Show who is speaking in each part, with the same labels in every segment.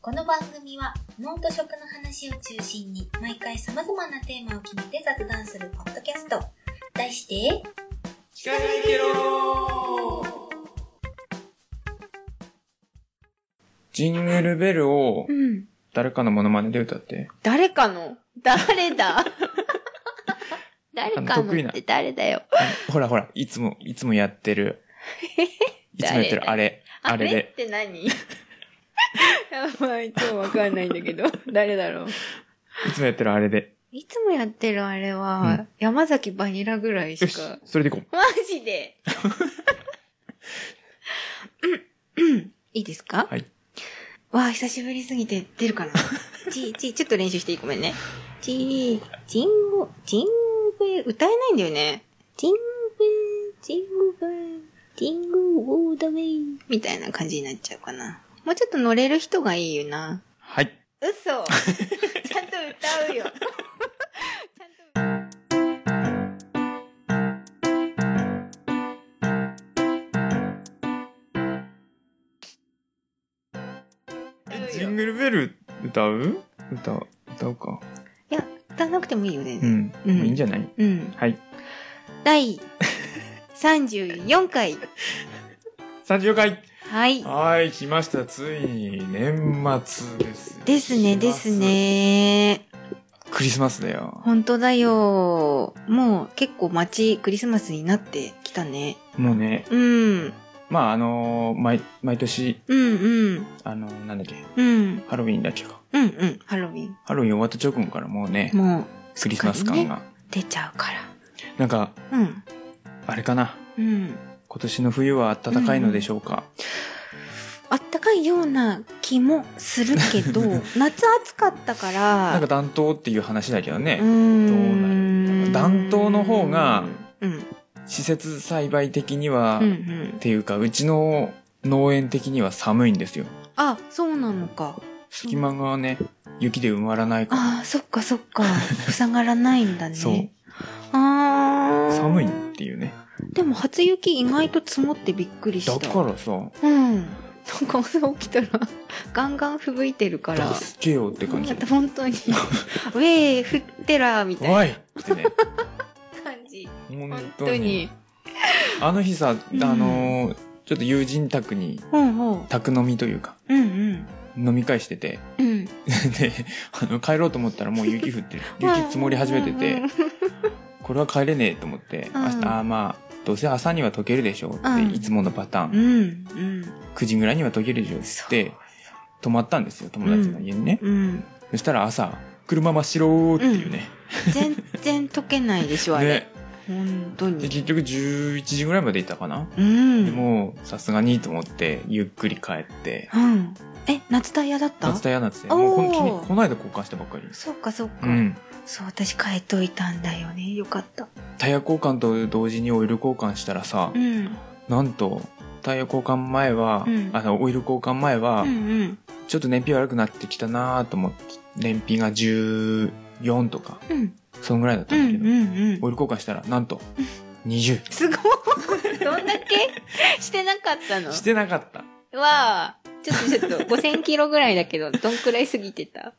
Speaker 1: この番組は脳と食の話を中心に毎回様々なテーマを決めて雑談するポッドキャスト題して
Speaker 2: 聞かないけろジングルベルを
Speaker 3: うん。
Speaker 2: 誰かのモノマネで歌って。
Speaker 3: 誰かの誰だ 誰
Speaker 2: あ
Speaker 3: か
Speaker 2: の得意
Speaker 3: の
Speaker 2: な
Speaker 3: って誰だよ。
Speaker 2: あほらほら、いつも、いつもやって る。いつもやってる、あれ。あれ
Speaker 3: あれ
Speaker 2: で
Speaker 3: っ。て何いやま あいつもわかんないんだけど、誰だろう。
Speaker 2: いつもやってるあれで。
Speaker 3: いつもやってるあれは、
Speaker 2: うん
Speaker 3: 山崎バニラぐらい
Speaker 2: よ
Speaker 3: し
Speaker 2: し
Speaker 3: か。、
Speaker 2: それでいこう。
Speaker 3: マジ でいいですか
Speaker 2: はい。
Speaker 3: わあ、久しぶりすぎて出るかな。 ち、ち、ちょっと練習していいごめんね。ち、ジンゴ、ジンベ、歌えないんだよね。ジンベ、ジンベ、ジンゴ、オーダウェイ。みたいな感じになっちゃうかな。もうちょっと乗れる人がいいよな。
Speaker 2: はい。
Speaker 3: 嘘ちゃんと歌うよ。ちゃんと
Speaker 2: ジングルベル歌う歌う、歌うか。
Speaker 3: いや、歌わなくてもいいよね。
Speaker 2: うん。
Speaker 3: うん
Speaker 2: いいんじゃない
Speaker 3: うん。
Speaker 2: はい。
Speaker 3: 第34回。
Speaker 2: 34回
Speaker 3: はい。
Speaker 2: はい、来ました。ついに、年末です。
Speaker 3: ですね、です。ね。
Speaker 2: クリスマスだよ。
Speaker 3: 本当だよ。もう結構街、クリスマスになってきたね。
Speaker 2: もうね、
Speaker 3: うん。
Speaker 2: まああのー毎、毎年、
Speaker 3: うんうん。
Speaker 2: あのーなんだっけ、
Speaker 3: うん。
Speaker 2: ハロウィンだっけか。
Speaker 3: うんうん。ハロウィン。
Speaker 2: ハロウィン終わった直後からもうね、
Speaker 3: もう、
Speaker 2: クリスマス感が。
Speaker 3: 出ちゃうから。
Speaker 2: なんか、
Speaker 3: うん。
Speaker 2: あれかな。
Speaker 3: うん。
Speaker 2: 今年の冬は暖かいのでしょうか。
Speaker 3: あったかいような気もする けど、夏暑かったから。
Speaker 2: なんか暖冬っていう話だけど
Speaker 3: うー
Speaker 2: ね、どうな
Speaker 3: ん、
Speaker 2: る暖冬の方が、
Speaker 3: うん。
Speaker 2: 施設栽培的には、
Speaker 3: うんう
Speaker 2: っ
Speaker 3: ん。
Speaker 2: ていうか、うちの農園的には寒いんですよ。
Speaker 3: あ、そうなのか。
Speaker 2: 隙間がね、雪で埋まらないから。
Speaker 3: ああ、そっかそっ か。塞がらないんだね。
Speaker 2: そう。
Speaker 3: ああ。
Speaker 2: 寒いっていうね。
Speaker 3: でも初雪意外と積もってびっくりした。
Speaker 2: だからさ、
Speaker 3: うん。なんか朝起きたら、ガンガン吹雪いてるから。
Speaker 2: 助けようって感じ。
Speaker 3: 本当に。 ウェー、降ってらーみたい
Speaker 2: お
Speaker 3: ない
Speaker 2: ってね。
Speaker 3: 感じ。
Speaker 2: 本
Speaker 3: 本
Speaker 2: 当
Speaker 3: 当
Speaker 2: に
Speaker 3: に。
Speaker 2: あの日さ、
Speaker 3: うん
Speaker 2: あのーちょっと友人宅に、
Speaker 3: うんうん。
Speaker 2: 宅飲みというか、
Speaker 3: うんうん。
Speaker 2: 飲み会して て、
Speaker 3: うん。
Speaker 2: で、あの、帰ろうと思ったらもう雪降ってる、雪積もり始めて
Speaker 3: うん
Speaker 2: て、これは帰れねえと思って、
Speaker 3: うん
Speaker 2: 明日、あーまあ、どうせ朝には溶けるでしょうって、
Speaker 3: うん
Speaker 2: いつものパターン、
Speaker 3: うんうん。
Speaker 2: 9時ぐらいには溶けるでしょうっつって、泊まったんですよ、友達の家にね。
Speaker 3: うん。うん。
Speaker 2: そしたら朝、車真っ白っていうね。
Speaker 3: 全然解けないでしょ、あれ。
Speaker 2: ね。
Speaker 3: 本当
Speaker 2: で、
Speaker 3: に。
Speaker 2: 結局11時ぐらいまでいたかな。
Speaker 3: う
Speaker 2: で
Speaker 3: ん。
Speaker 2: もう、さすがにと思って、ゆっくり帰って、
Speaker 3: うん。え、夏タイヤだった
Speaker 2: 夏田屋なんですね。もう本当に、
Speaker 3: おー
Speaker 2: この間交換したばっかりです。
Speaker 3: そうかそう
Speaker 2: う
Speaker 3: か、
Speaker 2: ん。
Speaker 3: そう私変えといたんだよねよかった
Speaker 2: タイヤ交換と同時にオイル交換したらさ
Speaker 3: う、ん
Speaker 2: なんと、タイヤ交換前は、
Speaker 3: うん
Speaker 2: あの、オイル交換前は、
Speaker 3: うんうん
Speaker 2: ちょっと燃費悪くなってきたなと思って、燃費が14とか、
Speaker 3: うん
Speaker 2: そのぐらいだった
Speaker 3: うん
Speaker 2: だけ
Speaker 3: ん
Speaker 2: ど、
Speaker 3: うんう
Speaker 2: オ
Speaker 3: ん
Speaker 2: イル交換したら、なんと、20。
Speaker 3: すごいどんだけしてなかったの
Speaker 2: してなかった。
Speaker 3: わあちょっとちょっと5000キロぐらいだけどどんくらい過ぎてた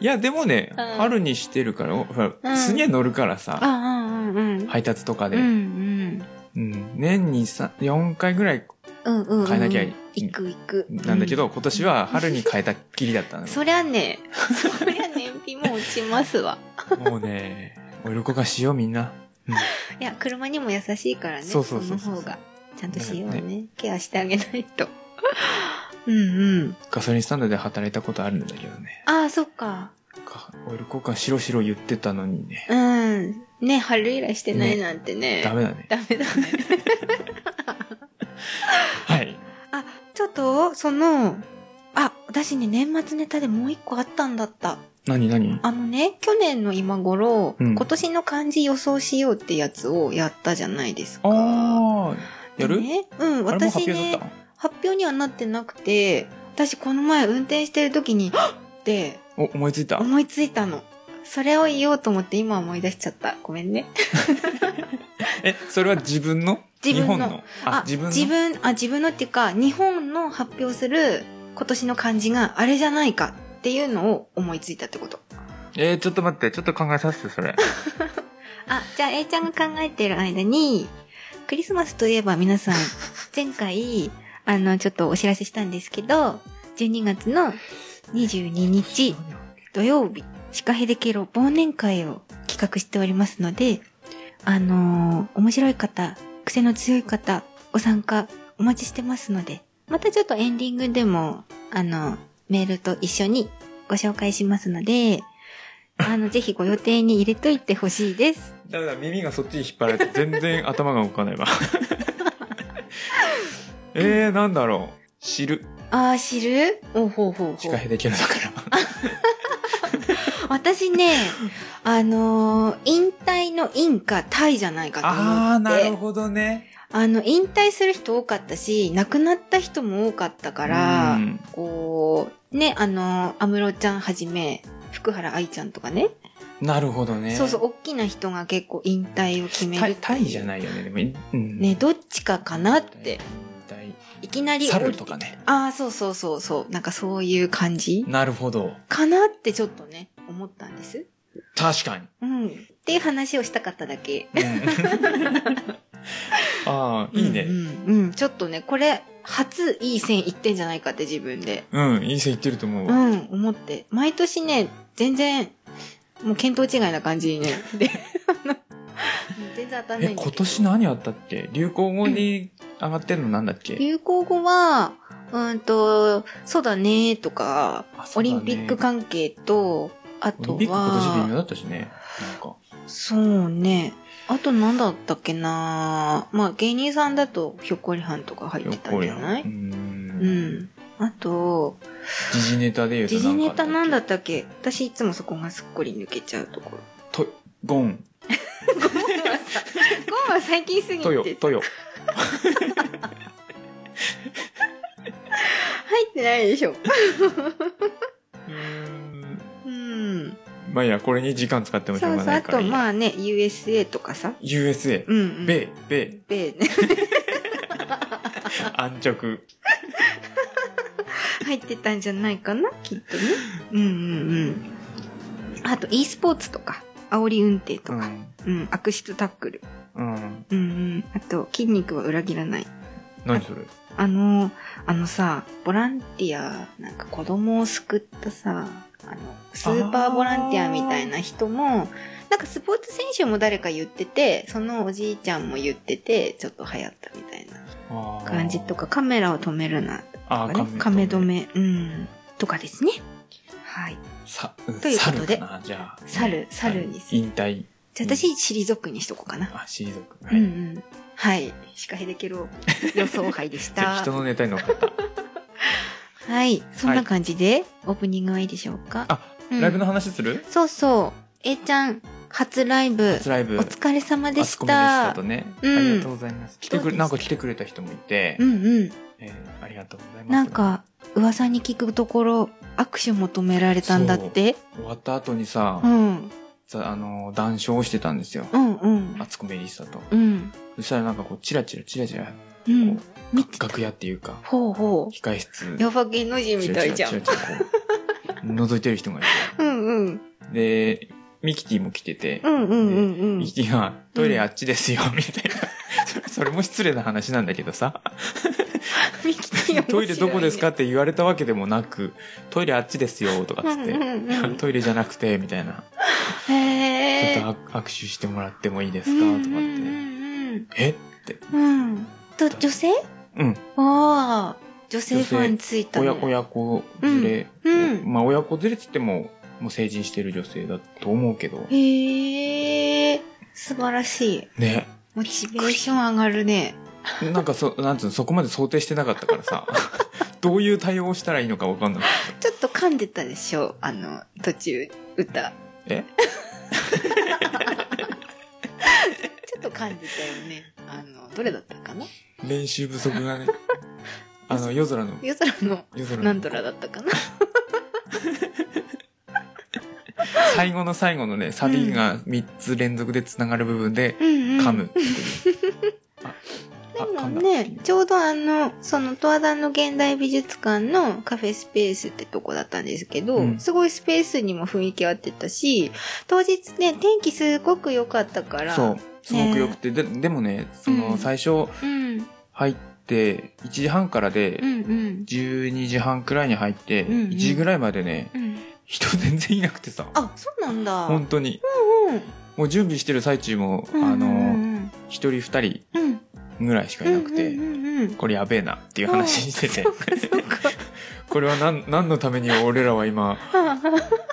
Speaker 2: いや、でもね、
Speaker 3: うん
Speaker 2: 春にしてるから、ほ
Speaker 3: う
Speaker 2: ら、
Speaker 3: ん
Speaker 2: すげえ乗るから
Speaker 3: あ
Speaker 2: さ、
Speaker 3: うんうんうん
Speaker 2: 配達とか
Speaker 3: う
Speaker 2: で、
Speaker 3: ん
Speaker 2: うん年にさ4回ぐらい
Speaker 3: うんうんうん
Speaker 2: 変えなきゃい
Speaker 3: 行く行く
Speaker 2: なんだけど、今年は春に変えたっきりだったの
Speaker 3: うん
Speaker 2: よ。
Speaker 3: そりゃねそりゃ燃費も落ちますわ
Speaker 2: もうね、オイル交換しようみんな。
Speaker 3: いや車にも優しいからね
Speaker 2: そ
Speaker 3: そう
Speaker 2: そうそうそう
Speaker 3: の方がちゃんとしよう
Speaker 2: だ
Speaker 3: ね
Speaker 2: よ
Speaker 3: ケアしてあげないとうんうん
Speaker 2: ガソリンスタンドで働いたことあるんだけどね。
Speaker 3: ああそっか
Speaker 2: かオイル交換しろしろ言ってたのにね。
Speaker 3: うんね春以来してないなんてね
Speaker 2: ダメだね。
Speaker 3: ダメだね
Speaker 2: はい。
Speaker 3: あちょっとそのあ私ね年末ネタでもう一個あったんだった
Speaker 2: 何何
Speaker 3: あのね去年の今頃、
Speaker 2: うん
Speaker 3: 今年の漢字予想しようってやつをやったじゃないですか
Speaker 2: あー、やる、
Speaker 3: でねうん
Speaker 2: あれもう発
Speaker 3: 私
Speaker 2: 表だ
Speaker 3: ね
Speaker 2: ったの
Speaker 3: 発表にはなってなくて私この前運転してる時に「はっ!」って
Speaker 2: お、思いついた。
Speaker 3: 思いついたのそれを言おうと思って今思い出しちゃったごめんね
Speaker 2: え、それは自分の
Speaker 3: 自分の
Speaker 2: 日本の。あ、自分の
Speaker 3: 自分あ自分のっていうか日本の発表する今年の漢字があれじゃないかっていうのを思いついたってこと。
Speaker 2: えー、ちょっと待って、ちょっと考えさせて、それ。
Speaker 3: あ、じゃあ A ちゃんが考えてる間に、クリスマスといえば皆さん、前回、あの、ちょっとお知らせしたんですけど、12月の22日土曜日、シカヘデケロ忘年会を企画しておりますので、あのー面白い方、癖の強い方、ご参加お待ちしてますので、またちょっとエンディングでも、あの、メールと一緒にご紹介しますので、あの、ぜひご予定に入れといてほしいです。
Speaker 2: ダメだ、耳がそっちに引っ張られて、全然頭が動か ないわ。えー、なんだろう。知る。
Speaker 3: あー、知るおうほうほうほ
Speaker 2: シカ
Speaker 3: う。
Speaker 2: ヘデケロだから。
Speaker 3: 私 ね、あのー引退の因かタイじゃないかと思って。
Speaker 2: あー、なるほどね。
Speaker 3: あの、引退する人多かったし、亡くなった人も多かったから、
Speaker 2: うん
Speaker 3: こう、ね、あの、安室ちゃんはじめ、福原愛ちゃんとかね、
Speaker 2: なるほどね。
Speaker 3: そうそう、大きな人が結構引退を決め
Speaker 2: タイ
Speaker 3: る。
Speaker 2: タイじゃないよね、でも。うん、
Speaker 3: ね、どっちかかなって、
Speaker 2: タイ。
Speaker 3: いきなり
Speaker 2: サルとかね。
Speaker 3: ああ、そうそうそうそう、なんかそういう感じ
Speaker 2: なるほど。
Speaker 3: かなってちょっとね、思ったんです。
Speaker 2: 確かに。
Speaker 3: うん。っていう話をしたかっただけ。
Speaker 2: ああ、いいね。
Speaker 3: うん、うんうんちょっとね、これ、初いい線いってんじゃないかって自分で。
Speaker 2: うん、いい線いってると思う
Speaker 3: う
Speaker 2: わ。
Speaker 3: ん、思って。毎年ね、全然、もう見当違いな感じ にね。で、あの全然当たんない
Speaker 2: え、
Speaker 3: んだけど
Speaker 2: 今年何あったっけ流行語に上がってんのなんだっけ
Speaker 3: 流行語は、うんと、そうだねとか、
Speaker 2: あそ
Speaker 3: オ
Speaker 2: うだ
Speaker 3: リ
Speaker 2: ね
Speaker 3: ンピック関係と、あ
Speaker 2: オリ
Speaker 3: と
Speaker 2: ンピック今年微妙だ
Speaker 3: は、
Speaker 2: ったしね。なんか。
Speaker 3: そうね。あと何だったっけなまあ芸人さんだとひょっこりはんとか入ってたんじゃな
Speaker 2: う
Speaker 3: い
Speaker 2: ー。
Speaker 3: うんん。あと、
Speaker 2: 時事ネタで言うと
Speaker 3: 時事ネタなんだ
Speaker 2: っ
Speaker 3: ったっけ私いつもそこがすっこり抜けちゃうところ。
Speaker 2: けと、ゴン、
Speaker 3: ゴンは最近すぎて
Speaker 2: トヨ、トヨ。
Speaker 3: 入ってないでしょ。
Speaker 2: うーん
Speaker 3: うん。
Speaker 2: まあいいや、これに時間使って
Speaker 3: そ
Speaker 2: も
Speaker 3: う
Speaker 2: しょう
Speaker 3: そ
Speaker 2: が
Speaker 3: う。
Speaker 2: な
Speaker 3: あ
Speaker 2: いから
Speaker 3: と、
Speaker 2: いいや。
Speaker 3: まあね、USA とかさ。
Speaker 2: USA、
Speaker 3: うん、うん。
Speaker 2: 米、米、
Speaker 3: 米ね。
Speaker 2: 安直。
Speaker 3: 入ってたんじゃないかな、きっとね。うんうんうん。あと、e スポーツとか、煽り運転と
Speaker 2: う
Speaker 3: か、
Speaker 2: ん。
Speaker 3: うん、悪質タックル。
Speaker 2: うん。
Speaker 3: うんうん。あと、筋肉は裏切らない。
Speaker 2: 何それ
Speaker 3: あの、あのさ、ボランティア、なんか子供を救ったさ、あの、スーパーボランティアみたいな人も、なんかスポーツ選手も誰か言ってて、そのおじいちゃんも言ってて、ちょっと流行ったみたいな
Speaker 2: あー
Speaker 3: 感じとか、カメラを止めるな、
Speaker 2: あ
Speaker 3: と
Speaker 2: ー、
Speaker 3: かね、カメ止。め、うん、とかですね。はい。
Speaker 2: さ、
Speaker 3: ということで
Speaker 2: 猿かなじゃあ。
Speaker 3: 猿猿にす
Speaker 2: 引退。
Speaker 3: じゃあ私、退くにしとこうかな。
Speaker 2: あ、退く。
Speaker 3: うんう
Speaker 2: じ
Speaker 3: ん。はい。シカヘデケロ予想杯でし
Speaker 2: ゃあ
Speaker 3: た。
Speaker 2: 人のネタに乗っかった。
Speaker 3: はい。そんな感じで、オープニングはいいでしょうか。
Speaker 2: あ、
Speaker 3: うん
Speaker 2: ライブの話する
Speaker 3: そうそう。A ちゃん、初ライブ、
Speaker 2: 初ライブ。
Speaker 3: お疲れ様で
Speaker 2: あそ
Speaker 3: し。
Speaker 2: こまでしたたとね。あ
Speaker 3: う
Speaker 2: り
Speaker 3: ん
Speaker 2: がとうございます。来てく
Speaker 3: どうでし
Speaker 2: れ、
Speaker 3: た
Speaker 2: なんか来てくれた人もいて
Speaker 3: う、んうん。
Speaker 2: えーありがとうございます。
Speaker 3: なん、か、噂に聞くところ、握手求められたんだって。
Speaker 2: 終わった後にさ
Speaker 3: う、ん。
Speaker 2: さあの、談笑をしてたんですよ。
Speaker 3: うんうん。
Speaker 2: あつこメリッサと。
Speaker 3: うん。
Speaker 2: そしたらなんかこう、チラチラチラチラ、こ
Speaker 3: う。
Speaker 2: うん
Speaker 3: 見てた。
Speaker 2: 楽屋っていうか、
Speaker 3: ほうほう。
Speaker 2: 控室。
Speaker 3: やば芸能人みたいじゃ
Speaker 2: チラ
Speaker 3: ん。
Speaker 2: チラチラチラこう覗いてる人がいて。
Speaker 3: うんうん。
Speaker 2: で、ミキティも来てて
Speaker 3: う、んうんうんうん。
Speaker 2: ミキティがトイレあっちですよ、みたいな。それそれも失礼な話なんだけどさ。
Speaker 3: ミキティ面白いね
Speaker 2: トイレどこですかって言われたわけでもなく、トイレあっちですよ、とかっつっ
Speaker 3: うん
Speaker 2: て。
Speaker 3: うんうん
Speaker 2: トイレじゃなくて、みたいな。ち
Speaker 3: へ
Speaker 2: ょ
Speaker 3: ー
Speaker 2: っと握手してもらってもいいです
Speaker 3: うん
Speaker 2: かと
Speaker 3: うん
Speaker 2: かって。えって。
Speaker 3: うんうんと女性
Speaker 2: うん。
Speaker 3: ああ女性ファンついたね
Speaker 2: 親親子連れ。
Speaker 3: うんうん
Speaker 2: まあ親子連れっつっても、もう成人してる女性だと思うけど。
Speaker 3: へえ素晴らしい
Speaker 2: ね。
Speaker 3: モチベーション上がるね
Speaker 2: なんかそ、なんつうの、そこまで想定してなかったから さ。どういう対応をしたらいいのかわかんなくて。
Speaker 3: ちょっと噛んでたでしょあの途中歌
Speaker 2: え
Speaker 3: ちょっと噛んでたよねあのどれだったかな
Speaker 2: 練習不足がね。あの、夜空の、
Speaker 3: 夜空の
Speaker 2: 夜空
Speaker 3: なん
Speaker 2: の
Speaker 3: と。らだったかな
Speaker 2: 最後の最後のね、サビが3つ連続でつながる部分で、
Speaker 3: うんうん
Speaker 2: 噛むっていう。あ
Speaker 3: でも
Speaker 2: かんだって
Speaker 3: ね
Speaker 2: いう、
Speaker 3: ちょうどあの、その、十和田の現代美術館のカフェスペースってとこだったんですけど、
Speaker 2: うん
Speaker 3: すごいスペースにも雰囲気合ってたし、当日ね、天気すごく良かったから、
Speaker 2: そうすごくよくて、ででもねそうの
Speaker 3: ん
Speaker 2: 最初
Speaker 3: うん。うん
Speaker 2: 入って1時半からで
Speaker 3: うん。
Speaker 2: 12時半くらいに入って
Speaker 3: うんうん
Speaker 2: 1時ぐらいまでね
Speaker 3: うん。
Speaker 2: 人全然いなくてさ
Speaker 3: あ、そうなんだ。
Speaker 2: 本当に
Speaker 3: うん
Speaker 2: もう準備してる最中も
Speaker 3: うん。
Speaker 2: あ
Speaker 3: う
Speaker 2: の
Speaker 3: ん
Speaker 2: 1人2
Speaker 3: うんうん。
Speaker 2: 人ぐらいしか
Speaker 3: う
Speaker 2: い
Speaker 3: ん。
Speaker 2: なく
Speaker 3: う
Speaker 2: て
Speaker 3: んうんうん。
Speaker 2: これやべえなっていう話してて
Speaker 3: そうか、そうか。
Speaker 2: これは何何のために俺らは今
Speaker 3: う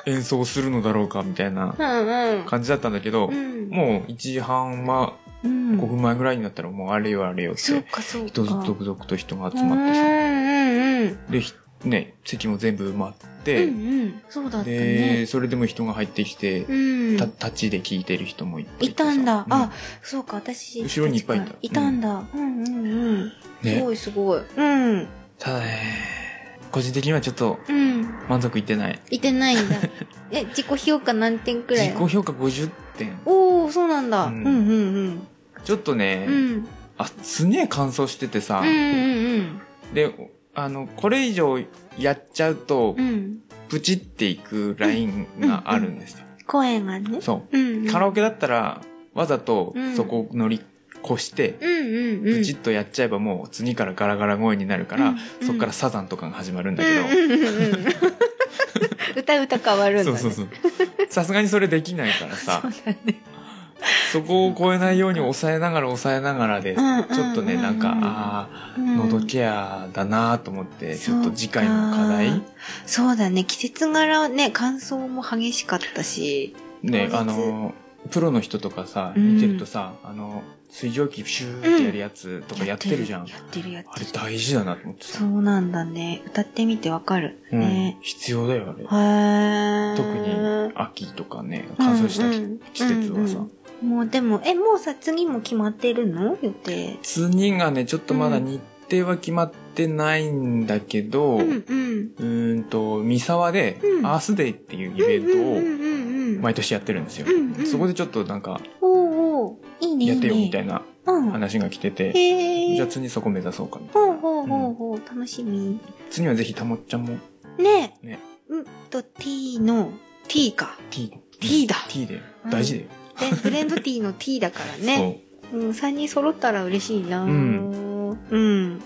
Speaker 2: 演奏するのだろうかみたいなん
Speaker 3: うん。
Speaker 2: 感じだったんだけど
Speaker 3: うん
Speaker 2: もう1時半ま
Speaker 3: う
Speaker 2: 5
Speaker 3: ん、
Speaker 2: 分前ぐらいになったらもうあれよあれよっ
Speaker 3: そう
Speaker 2: て
Speaker 3: か、そうか。
Speaker 2: 人続々と人が集
Speaker 3: う
Speaker 2: まってさ
Speaker 3: んうん
Speaker 2: でひね席も全部埋まっ
Speaker 3: うん。
Speaker 2: て、
Speaker 3: うんうん。そうだった
Speaker 2: で
Speaker 3: ね。
Speaker 2: それでも人が入ってきて、
Speaker 3: うん。
Speaker 2: た立ちで聞いてる人もいて
Speaker 3: いたんだ。
Speaker 2: うん
Speaker 3: あ、そうか、私。
Speaker 2: 後ろにいっぱいいた
Speaker 3: いたんだ。うんうんうん。す
Speaker 2: ね
Speaker 3: ごいすごい。うん。
Speaker 2: ただね個人的にはちょっと
Speaker 3: うん。
Speaker 2: 満足いってない
Speaker 3: いてないん だ。え、自己評価何点くらい
Speaker 2: 自己評価50点
Speaker 3: おー、そうなんだ。
Speaker 2: う
Speaker 3: うんんうん
Speaker 2: ちょっとね
Speaker 3: うん。、うん。
Speaker 2: あすげえ乾燥しててさ、
Speaker 3: うんうん
Speaker 2: であのこれ以上やっちゃうと、
Speaker 3: うん。うん。
Speaker 2: プチっていくラインがあるんですよ、
Speaker 3: 声がね。
Speaker 2: そ
Speaker 3: うんうん。
Speaker 2: うカラオケだったらわざと
Speaker 3: うん
Speaker 2: そこを乗り越して、
Speaker 3: うんうんうん。
Speaker 2: プチッとやっちゃえばもう次からガラガラ声になるから、
Speaker 3: うんうん
Speaker 2: そっからサザンとかが始まるんだけど、
Speaker 3: うんうんうん うん。歌う歌変わるんだ
Speaker 2: そう
Speaker 3: ね。
Speaker 2: そうそうさすがにそれできないからさ
Speaker 3: そうだね。
Speaker 2: そこを超えないように抑えながら抑えながらで、
Speaker 3: うんうん
Speaker 2: ちょっとねなんか
Speaker 3: うん
Speaker 2: あ
Speaker 3: う
Speaker 2: あ
Speaker 3: ん
Speaker 2: 喉ケアだなと思って、ち
Speaker 3: そ
Speaker 2: ょ
Speaker 3: う
Speaker 2: っ
Speaker 3: か
Speaker 2: と次回の課題
Speaker 3: そうだね。季節柄ね、乾燥も激しかったし。
Speaker 2: ね
Speaker 3: 当日
Speaker 2: あのプロの人とかさ
Speaker 3: うん
Speaker 2: 見てるとさ、あの水蒸気シューってやるやつとかやってるじゃん、
Speaker 3: やってるやって
Speaker 2: あ
Speaker 3: る
Speaker 2: れ。大事だなと思って
Speaker 3: そ
Speaker 2: さ、
Speaker 3: うなんだね。歌ってみてわかる。
Speaker 2: うん
Speaker 3: ね。
Speaker 2: 必要だよあれ
Speaker 3: へー
Speaker 2: 特に秋とかね乾燥した
Speaker 3: うんうん
Speaker 2: 季節はさ、
Speaker 3: うんうんもうでも、え、もうさ、次も決まってるの予定。
Speaker 2: 次がねちょっとまだ日程は決まってないんだけど、
Speaker 3: う
Speaker 2: うん
Speaker 3: うん。
Speaker 2: ーんと三沢で
Speaker 3: うん
Speaker 2: アースデイっていうイベントを
Speaker 3: ン
Speaker 2: 毎年やってるんですよ、
Speaker 3: うんうん
Speaker 2: そこでちょっとなんか
Speaker 3: おうおういいね。
Speaker 2: やってよみた
Speaker 3: い
Speaker 2: いな
Speaker 3: な。うん。
Speaker 2: 話が来てて、
Speaker 3: へえ。
Speaker 2: じゃあ次そこ目指そうかみたい
Speaker 3: ほ
Speaker 2: な
Speaker 3: うほうほうほう。楽しみ。
Speaker 2: 次はぜひたもっちゃんも
Speaker 3: ねえ。
Speaker 2: ね
Speaker 3: うんと、T の、T か。
Speaker 2: T
Speaker 3: T だ
Speaker 2: T で大事だよ、
Speaker 3: でブレンドティーの T だからね。うん、3人揃ったら嬉しいな
Speaker 2: うん
Speaker 3: うん。よ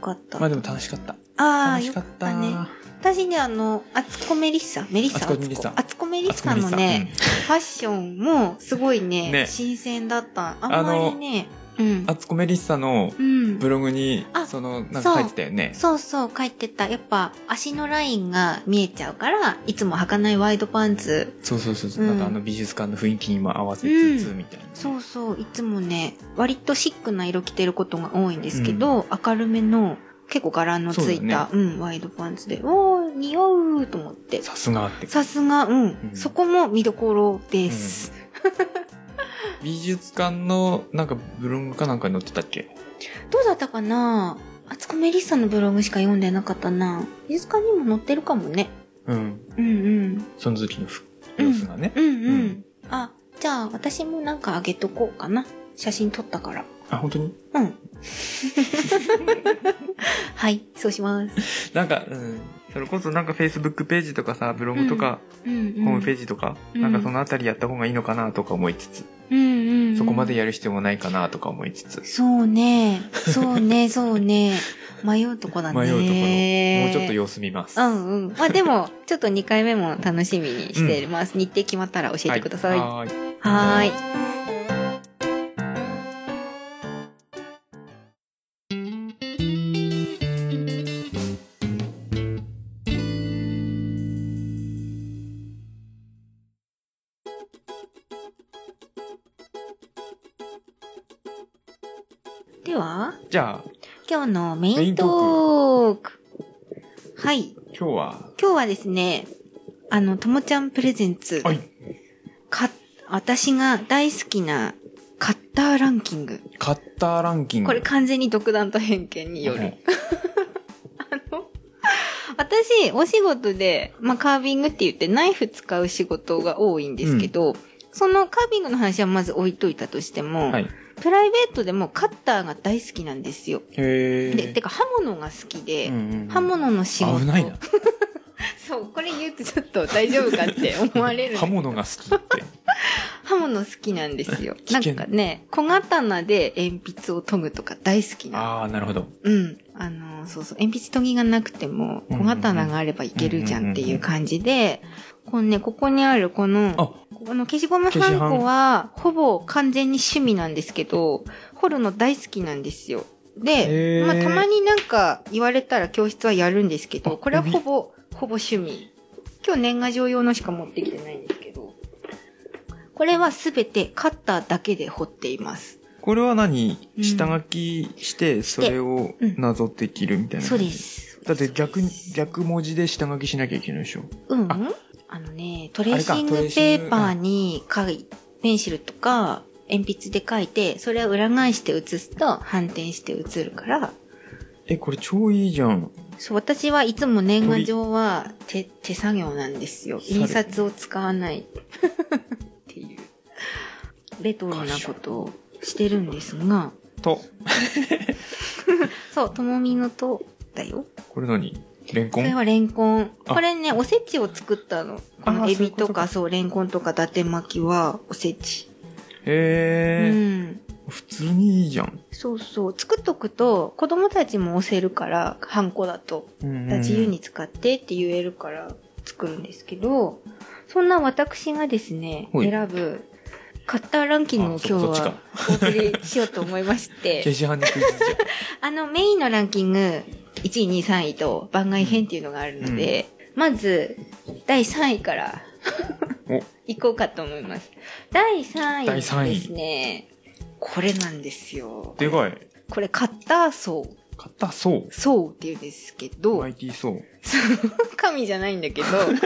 Speaker 3: かっ
Speaker 2: そ
Speaker 3: た。
Speaker 2: うまあでも楽しかった
Speaker 3: ああ、
Speaker 2: 楽し
Speaker 3: よ
Speaker 2: か
Speaker 3: か
Speaker 2: っ
Speaker 3: ったたね。私ね、あの、アツコメリッサ、メリッサ、
Speaker 2: アツコメリッサ
Speaker 3: アツコメリッサのね、ファッションもすごいね、
Speaker 2: ね
Speaker 3: 新鮮だった。あんまりね、うん。
Speaker 2: あつこメリッサの
Speaker 3: うん。
Speaker 2: ブログに
Speaker 3: あ
Speaker 2: そのなんか書いてたよね
Speaker 3: そうそう、書いてた。やっぱ、足のラインが見えちゃうから、いつも履かないワイドパンツ。
Speaker 2: そうそうそうそう
Speaker 3: うん
Speaker 2: なんかあの美術館の雰囲気にも合わせつつみたいな、
Speaker 3: そうそう、いつもね、割とシックな色着てることが多いんですけど、明るめの、結構柄のつい
Speaker 2: そうだ
Speaker 3: た、うん、ワイドパンツで、おー、似合うと思って。
Speaker 2: さすがって
Speaker 3: さすが、うん、
Speaker 2: うん
Speaker 3: そこも見どころです。
Speaker 2: 美術館のなんかブログかなんかに載ってたっけ
Speaker 3: どうだったかなあつこメリッサのブログしか読んでなかったな。美術館にも載ってるかもね。
Speaker 2: うん
Speaker 3: うんうん。
Speaker 2: その時の服様子がね、
Speaker 3: うんうん。
Speaker 2: うん
Speaker 3: あ、じゃあ私もなんかあげとこうかな。写真撮ったから。
Speaker 2: あ本当に
Speaker 3: うん。はい、そうします。
Speaker 2: なんか、うん、それこそなんかフェイスブックページとかさブログとか、
Speaker 3: うんうん。
Speaker 2: ホームページとか、
Speaker 3: うん
Speaker 2: なんかそのあたりやった方がいいのかなとか思いつつ、
Speaker 3: うんうんうん
Speaker 2: そこまでやる必要もないかなとか思いつつ、
Speaker 3: そうね。そ うね、そうね。迷うとこだね。
Speaker 2: 迷うところ、もうちょっと
Speaker 3: よ。
Speaker 2: 様子見ます、
Speaker 3: うんうん。まあでも、ちょっと2回目も楽しみにしてます。日程決まったら教えてください。は
Speaker 2: はいはーい
Speaker 3: ーい。では、
Speaker 2: じゃあ
Speaker 3: 今日のメイントーク。はい。
Speaker 2: 今日は
Speaker 3: 今日はですね、あの、ともちゃんプレゼンツ。
Speaker 2: はい
Speaker 3: か、私が大好きなカッターランキング。
Speaker 2: カッターランキング
Speaker 3: これ完全に独断と偏見によ
Speaker 2: は
Speaker 3: る。
Speaker 2: い
Speaker 3: 私、お仕事で、まあ、カービングって言ってナイフ使う仕事が多いんですけど、そのカービングの話はまず置いといたとしても、
Speaker 2: はい
Speaker 3: プライベートでもカッターが大好きなんですよ。
Speaker 2: へえ。
Speaker 3: で、てか刃物が好きで、
Speaker 2: うんうん、
Speaker 3: 刃物の仕事。
Speaker 2: 危 ないな。
Speaker 3: そう、これ言うとちょっと大丈夫かって思われ るんだ
Speaker 2: 刃
Speaker 3: けど。
Speaker 2: 物が好き って。
Speaker 3: 刃物好きなんですよ。
Speaker 2: 危
Speaker 3: な
Speaker 2: 険
Speaker 3: んかね、小刀で鉛筆を研ぐとか大好きな。
Speaker 2: ああ、なるほど。
Speaker 3: うん。あの、そうそう。鉛筆研ぎがなくても、
Speaker 2: うん
Speaker 3: 小
Speaker 2: うんうん
Speaker 3: 刀があればいけるじゃんっていう感じで、こうね、ここにあるこ
Speaker 2: あ
Speaker 3: の、、この消しゴムハンコは、ほぼ完全に趣味なんですけど、掘るの大好きなんですよ。
Speaker 2: へ
Speaker 3: で、
Speaker 2: ー
Speaker 3: まあ、たまになんか言われたら教室はやるんですけ
Speaker 2: あ
Speaker 3: ど、これはほぼ、ほぼ趣味。今日年賀状用のしか持ってきてないんですけど、これはすべてカッターだけで掘っています。
Speaker 2: これは何
Speaker 3: うん
Speaker 2: 下書きして、それを
Speaker 3: うん
Speaker 2: なぞって切るみたいな。
Speaker 3: そうで。す。
Speaker 2: だって逆
Speaker 3: そう
Speaker 2: に
Speaker 3: で、す
Speaker 2: 逆文字で下書きしなきゃいけないでしょ。
Speaker 3: うん
Speaker 2: あ
Speaker 3: あのね、トレーシン
Speaker 2: あれかト
Speaker 3: グ
Speaker 2: レーシン
Speaker 3: ペ
Speaker 2: グ
Speaker 3: ーパーに書い、ペンシルとか鉛筆で書いて、それを裏返して写すと反転して写るから、
Speaker 2: え、これ超いいじゃん。
Speaker 3: そう、私はいつも年賀状は手、手作業なんですよ。
Speaker 2: 猿
Speaker 3: 印刷を使 わない。っていう。レトロなことをしてるんですが、
Speaker 2: と、
Speaker 3: そう、ともみのと、だよ。
Speaker 2: これ何レンコ
Speaker 3: これ
Speaker 2: ン
Speaker 3: はレンコン。
Speaker 2: あ
Speaker 3: これね、おせちを作ったの。こ
Speaker 2: あ
Speaker 3: の
Speaker 2: ー
Speaker 3: エ
Speaker 2: そういう
Speaker 3: ビ
Speaker 2: こと
Speaker 3: と
Speaker 2: か
Speaker 3: か、そう、レンコンとか、伊達巻きはおせち。う
Speaker 2: へえ、
Speaker 3: ん。
Speaker 2: 普通にいいじゃん。
Speaker 3: そうそう。作っとくと、子供たちも押せるから、ハンコだと。
Speaker 2: うん
Speaker 3: 自由。に使ってって言えるから作るんですけど、そんな私がですね、
Speaker 2: はい
Speaker 3: 選ぶカッターランキングを
Speaker 2: あ
Speaker 3: 今
Speaker 2: そそ
Speaker 3: 日
Speaker 2: っちか
Speaker 3: はお送りしようと思いまし
Speaker 2: 消
Speaker 3: て、
Speaker 2: しはんにクイズ じ
Speaker 3: あのメインのランキング1位、2位、3位と番外編っていうのがあるので、まず第3位から
Speaker 2: お
Speaker 3: 行こうかと思います。第3
Speaker 2: 第三位
Speaker 3: 位ですね。これなんですよ。
Speaker 2: ゃん。でかい。
Speaker 3: これカッター層、
Speaker 2: 硬そう。
Speaker 3: 層っていうんですけど
Speaker 2: マ、イティーそう。
Speaker 3: 神じゃないんだけど、 カッ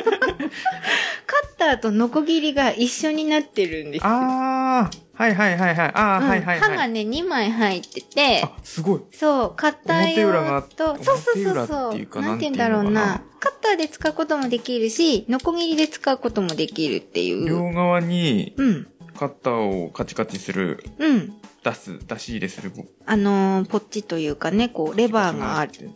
Speaker 3: ターとノコギリが一緒になってるんですよ。
Speaker 2: ああ、はいはいはいはい。ああ、
Speaker 3: うん
Speaker 2: はいはい
Speaker 3: 刃
Speaker 2: は
Speaker 3: が
Speaker 2: い。
Speaker 3: ね、2枚入ってて、
Speaker 2: あ、すごい。
Speaker 3: そう、カッター
Speaker 2: 表裏が
Speaker 3: 用と、そうそう
Speaker 2: 表裏
Speaker 3: そう
Speaker 2: っ
Speaker 3: そ
Speaker 2: ていう
Speaker 3: う、
Speaker 2: か
Speaker 3: なんて言うん
Speaker 2: な
Speaker 3: だ
Speaker 2: んていうの
Speaker 3: ろ
Speaker 2: かな
Speaker 3: うな。カッターで使うこともできるし、ノコギリで使うこともできるっていう。
Speaker 2: 両側に
Speaker 3: うん、
Speaker 2: カッターをカチカチする、
Speaker 3: うん。
Speaker 2: 出す、出し入れする。
Speaker 3: あのーポッチというかね、こう、レバーがあっ
Speaker 2: って。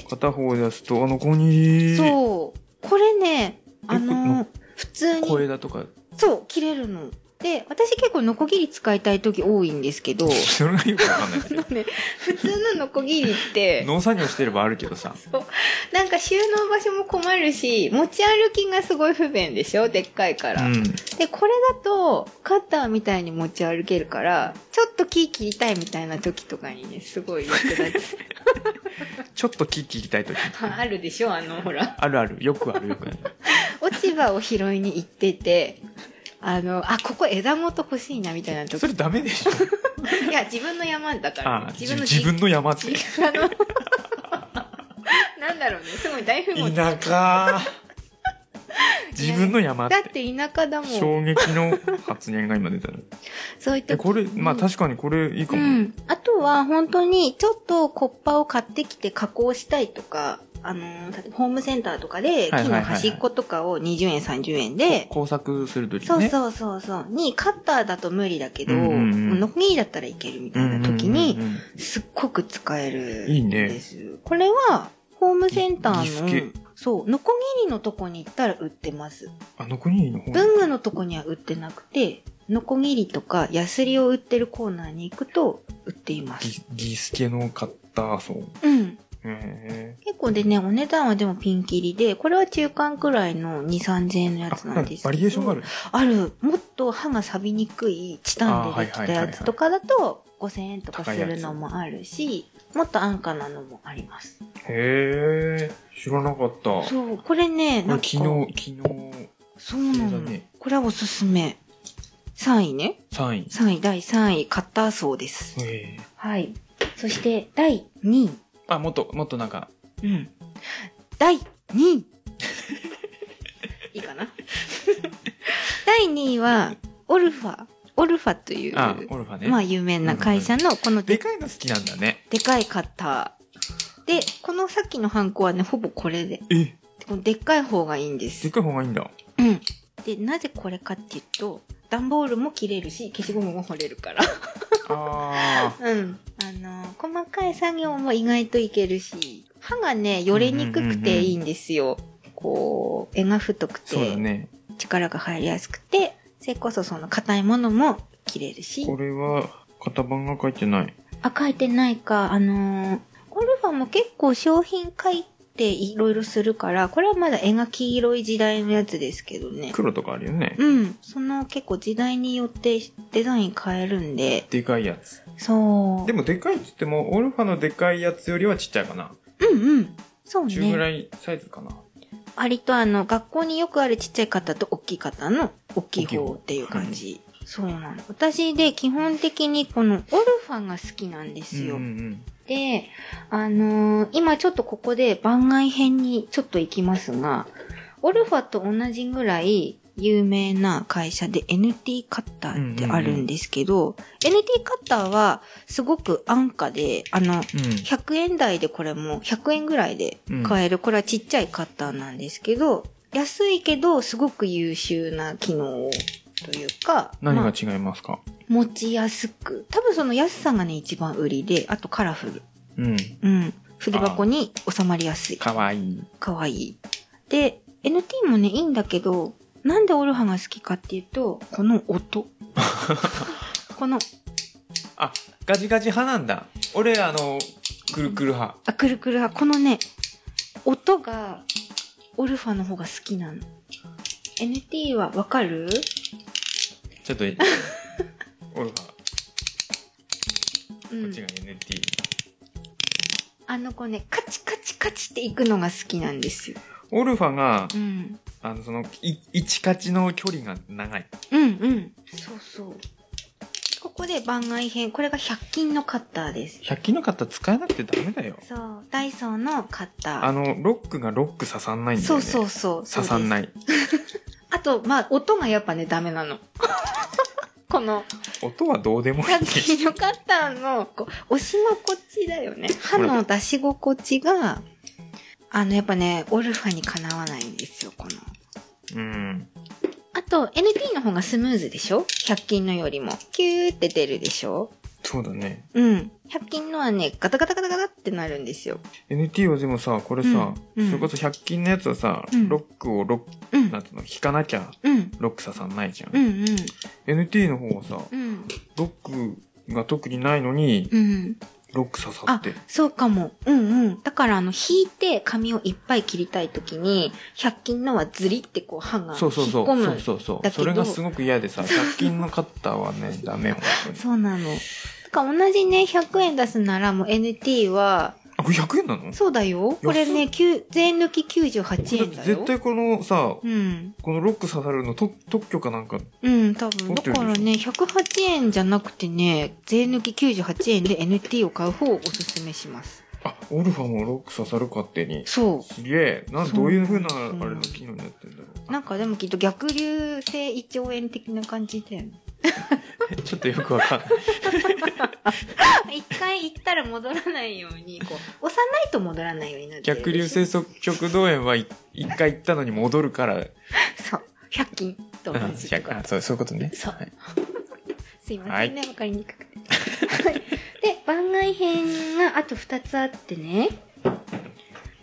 Speaker 3: て、
Speaker 2: 片方出すと、あの子に、
Speaker 3: そう、これね、あのー普通に
Speaker 2: 小枝とか。
Speaker 3: そう、切れるの。で、私結構ノコギリ使いたい時多いんです けど、
Speaker 2: それがよくわかんないですよ。
Speaker 3: ね、普通のノコギリ って、
Speaker 2: 農作業してればあるけど さ。
Speaker 3: そうなんか収納場所も困るし、持ち歩きがすごい不便でしょでっかいか
Speaker 2: う
Speaker 3: ら。
Speaker 2: ん。
Speaker 3: で、これだと、カッターみたいに持ち歩けるから、ちょっと木切りたいみたいな時とかにね、すごい役立 つ。
Speaker 2: ちょっと木切りたいとき。
Speaker 3: ああるでしょあの、ほら。
Speaker 2: あるある。よくあるよ くある。
Speaker 3: 落ち葉を拾いに行ってて、あの、あ、ここ枝元欲しいなみたいな
Speaker 2: そ
Speaker 3: 時。
Speaker 2: れダメで しょ。
Speaker 3: いや、自分の山だから
Speaker 2: あ、ー
Speaker 3: 自分の
Speaker 2: 自
Speaker 3: 実
Speaker 2: 分の山って。
Speaker 3: あの、なんだろうね、すごい大富豪だ
Speaker 2: 田 舎。自分の山って
Speaker 3: っ。て田舎だもん。
Speaker 2: 衝撃の発言が今出た の
Speaker 3: そういった
Speaker 2: えこれまあ確かにこれいいか
Speaker 3: う
Speaker 2: も、
Speaker 3: ん。あとは本当にちょっとコッパを買ってきて加工したいとか、あのー、例えばホームセンターとかで
Speaker 2: はいはい
Speaker 3: 木
Speaker 2: はいは
Speaker 3: の
Speaker 2: い
Speaker 3: 端っことかを20円30円で、
Speaker 2: 工作するときね
Speaker 3: そうそうそうそう、にカッターだと無理だけど、
Speaker 2: うんうんうん
Speaker 3: ノコギリだったらいけるみたいな時
Speaker 2: うん
Speaker 3: に、
Speaker 2: うんうんうん
Speaker 3: すっごく使える
Speaker 2: いい
Speaker 3: ん
Speaker 2: ね
Speaker 3: です。これは、ホームセンタ
Speaker 2: ぎぎす
Speaker 3: ー
Speaker 2: け
Speaker 3: の、そう、ノコギリのとこに行ったら売ってます。
Speaker 2: あの国の方
Speaker 3: 文具のとこには売ってなくて、ノコギリとかヤスリを売ってるコーナーに行くと売っています。
Speaker 2: ギギスケのカッターソン
Speaker 3: うん。
Speaker 2: へ
Speaker 3: 結構でね、お値段はでもピンキリで、これは中間くらいの2、3000円の
Speaker 2: え
Speaker 3: やつ
Speaker 2: あ
Speaker 3: な
Speaker 2: なんんか
Speaker 3: ですけど。
Speaker 2: バリエーションがある
Speaker 3: ある。もっと歯が錆びにくいチタンでできたやつとかだと、5000円とかするのもあるし、もっと安価なのもあります。
Speaker 2: へえ知らなかったこ
Speaker 3: そう、これね、
Speaker 2: れ
Speaker 3: なん
Speaker 2: 昨
Speaker 3: か
Speaker 2: 日、昨日
Speaker 3: そうな
Speaker 2: そ
Speaker 3: の
Speaker 2: うだね。
Speaker 3: これはおすすめ。3位ね。
Speaker 2: 3位
Speaker 3: 3位、第3位、カッター層です。
Speaker 2: へえ
Speaker 3: はい。そして、第2位。
Speaker 2: あもっともっとなんか
Speaker 3: うん。第2位。 いいかな 第2位は、オルファ。オルファという、
Speaker 2: あオルファね、
Speaker 3: まあ有名な会社の、この
Speaker 2: で
Speaker 3: で
Speaker 2: かいの好きなんだね
Speaker 3: でかいカッター。で、このさっきのハンコはね、ほぼこれで。
Speaker 2: え
Speaker 3: このでっかい方がいいんです
Speaker 2: で。かい方がいいんだ
Speaker 3: うん。で、なぜこれかっていうと、段ボールも切れるし、消しゴムも掘れるから。
Speaker 2: あ
Speaker 3: うん。あの、細かい作業も意外といけるし、歯がね、よれにくくていいんですよ。こう、柄が太く
Speaker 2: ーそうだ
Speaker 3: て、
Speaker 2: ね
Speaker 3: 力が入りやすくて、それこそその硬いものも切れるし。
Speaker 2: これは型番が書いてない
Speaker 3: あ、書いてないか。あのーゴルファーも結構商品書いていろいろするから、これはまだ絵が黄色い時代のやつですけどね。
Speaker 2: 黒とかあるよね
Speaker 3: うん。その結構時代によってデザイン変えるんで、
Speaker 2: でかいやつ
Speaker 3: そう。
Speaker 2: でもでかいって言ってもオルファのでかいやつよりはちっちゃいかな
Speaker 3: うんうん。そう
Speaker 2: 中ぐ
Speaker 3: ね。
Speaker 2: らいサイズかな、
Speaker 3: 割とあの、学校によくあるちっちゃい方と大きい方の大きい方っていう感じ。そうなの。私で基本的にこのオルファが好きなんですよ。
Speaker 2: ん
Speaker 3: で、あのー今ちょっとここで番外編にちょっと行きますが、オルファと同じぐらい有名な会社で NT カッターってあるんですけど、NT カッターはすごく安価で、あの、
Speaker 2: うんうん
Speaker 3: 100円台でこれも100円ぐらいで買える、これはちっちゃいカッターなんですけど、安いけどすごく優秀な機能というか、
Speaker 2: 何
Speaker 3: ま
Speaker 2: が
Speaker 3: あ
Speaker 2: 違いますか、
Speaker 3: 持ちやすく、多分その安さがね一番売りで、あとカラフル。
Speaker 2: うん
Speaker 3: うん。筆箱に収まりやすい。
Speaker 2: かわいい
Speaker 3: かわいい。で、NT もね、いいんだけど、なんでオルハが好きかっていうと、この 音。この、
Speaker 2: あガジガジ派なんだ俺あのくるくる派
Speaker 3: あ、くるくるは、このね、音が、オルファの方が好きなの。NT はわかる
Speaker 2: ちょっと オルファこ
Speaker 3: う
Speaker 2: っ
Speaker 3: ん
Speaker 2: ち。が NT、
Speaker 3: あの子ね、カチカチカチっていくのが好きなんですよ。
Speaker 2: オルファが
Speaker 3: うん。
Speaker 2: あのそのい一勝ちの距離が長い
Speaker 3: うんうん。そうそう。ここで番外編。これが100均のカッターです。
Speaker 2: 100均の方使えなくてダメだよ
Speaker 3: そう、ダイソーのカッター。
Speaker 2: あのロックがロック刺さんないんだよ
Speaker 3: そう
Speaker 2: ね
Speaker 3: そうそう。。
Speaker 2: 刺さんないい
Speaker 3: あと、まあ、音がやっぱね、ダメなの。 この、
Speaker 2: 音はどうでもいい
Speaker 3: さっきのカッターの、こう、押し心地だよね。歯の出し心地が、あの、やっぱね、オルファにかなわないんですよ、この。
Speaker 2: うん
Speaker 3: あと、NP の方がスムーズでしょ ?100 均のよりも。キューって出るでしょ
Speaker 2: そうだね
Speaker 3: うん。100均のはね、ガタガタガタガタってなるんですよ。
Speaker 2: NT はでもさこれさ、
Speaker 3: うんうん
Speaker 2: それこそ100均のやつはさ、
Speaker 3: うん
Speaker 2: ロックをロッ
Speaker 3: う
Speaker 2: ク
Speaker 3: ん。
Speaker 2: なんていうの引かなきゃ
Speaker 3: うん。
Speaker 2: ロック刺さんないじゃん、
Speaker 3: うんうん。
Speaker 2: NT の方はさ
Speaker 3: うん。
Speaker 2: ロックが特にないのに
Speaker 3: うん。
Speaker 2: ロック刺さってる
Speaker 3: そうかも。うんうん。だから、あの、引いて髪をいっぱい切りたいときに、100均のはズリってこう、歯が
Speaker 2: そ
Speaker 3: 引
Speaker 2: う
Speaker 3: っ
Speaker 2: そうそう
Speaker 3: 込む。
Speaker 2: そうそうそう
Speaker 3: だけど
Speaker 2: それがすごく嫌で さ100均のカッターはねダメ本当に
Speaker 3: そうなの。だから同じね、100円出すなら、もう NT は、
Speaker 2: あこれ100円なの
Speaker 3: そうだよ。これね、9税抜き98
Speaker 2: だっ
Speaker 3: 円
Speaker 2: て
Speaker 3: だよ。
Speaker 2: 絶対このさ
Speaker 3: うん。
Speaker 2: このロック刺さるのと特許かなんか
Speaker 3: うん、多分。
Speaker 2: 持
Speaker 3: だ
Speaker 2: って
Speaker 3: か
Speaker 2: るでしょ
Speaker 3: らね、108円じゃなくてね、税抜き98円で NT を買う方をおすすめします。
Speaker 2: あオルファもロック刺さる勝手に
Speaker 3: そ
Speaker 2: すげえなん
Speaker 3: そう
Speaker 2: どういうふうな
Speaker 3: そう
Speaker 2: あれの機能になってんだろ
Speaker 3: う。なんかでもきっと逆流性胃腸炎的な感じだよね。
Speaker 2: うちょっとよくわかんない
Speaker 3: 一回行ったら戻らないように、こ う、押さないと戻らないようになってるでしょ
Speaker 2: 逆流性側食道炎はい一回行ったのに戻るから
Speaker 3: そう。100均と同じ。
Speaker 2: 100あそうそういうことね
Speaker 3: そう
Speaker 2: はい
Speaker 3: すいませんね、わ、かりにくくて。はいで、番外編があと2つあってね。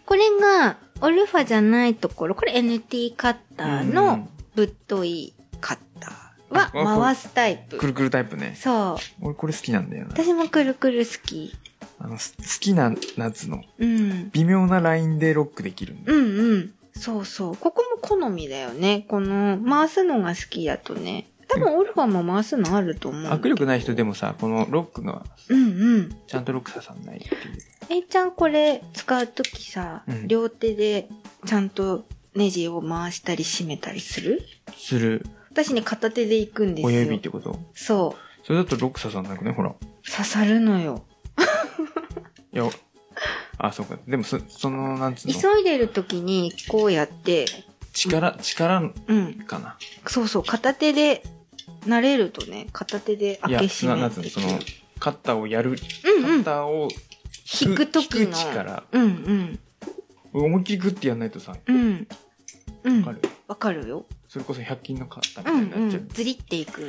Speaker 3: これが、オルファじゃないところ、これ NT カッター
Speaker 2: う
Speaker 3: の
Speaker 2: ん
Speaker 3: ぶっといカッター
Speaker 2: あ
Speaker 3: は
Speaker 2: これ
Speaker 3: 回すタイ
Speaker 2: く
Speaker 3: プ。
Speaker 2: るくるタイプね
Speaker 3: そう。
Speaker 2: 俺これ好きなんだよな
Speaker 3: 私もくるくる好き。
Speaker 2: あのす好きな夏の
Speaker 3: うん。
Speaker 2: 微妙なラインでロックできるんだ
Speaker 3: うんうん。そうそう。ここも好みだよね。この、回すのが好きだとね。多分オルファも回すのあると思う。
Speaker 2: 握力ない人でもさこのロックが
Speaker 3: うんうん。
Speaker 2: ちゃんとロック刺さんないっていう
Speaker 3: えいちゃんこれ使うときさ、
Speaker 2: うん
Speaker 3: 両手でちゃんとネジを回したり締めたりする
Speaker 2: する
Speaker 3: 私ね、片手で行くんですよ。
Speaker 2: 親指ってこと
Speaker 3: そ。
Speaker 2: それだとロック刺さんなくねほらいう
Speaker 3: 刺さるのよ。
Speaker 2: やあそうかでもそそのなんつうの
Speaker 3: 急いでるときにこうやって、
Speaker 2: 力力
Speaker 3: うん。
Speaker 2: かな
Speaker 3: そうそう、片手で、慣れるとね、片手で
Speaker 2: い
Speaker 3: 開
Speaker 2: や
Speaker 3: け閉
Speaker 2: な
Speaker 3: め
Speaker 2: なんつう
Speaker 3: で
Speaker 2: の
Speaker 3: き
Speaker 2: そ
Speaker 3: る
Speaker 2: のカッターをやる
Speaker 3: うん
Speaker 2: カ
Speaker 3: うん
Speaker 2: ッ。ターを
Speaker 3: 引くときの。
Speaker 2: 引く力
Speaker 3: うんうん。
Speaker 2: 思いっきりグッてやんないとさ
Speaker 3: うん。う
Speaker 2: わか
Speaker 3: ん。
Speaker 2: る
Speaker 3: わかるよ。
Speaker 2: それこそ100均のカッター
Speaker 3: うん
Speaker 2: みたいになっちゃ
Speaker 3: う。
Speaker 2: うん
Speaker 3: ずりっていく。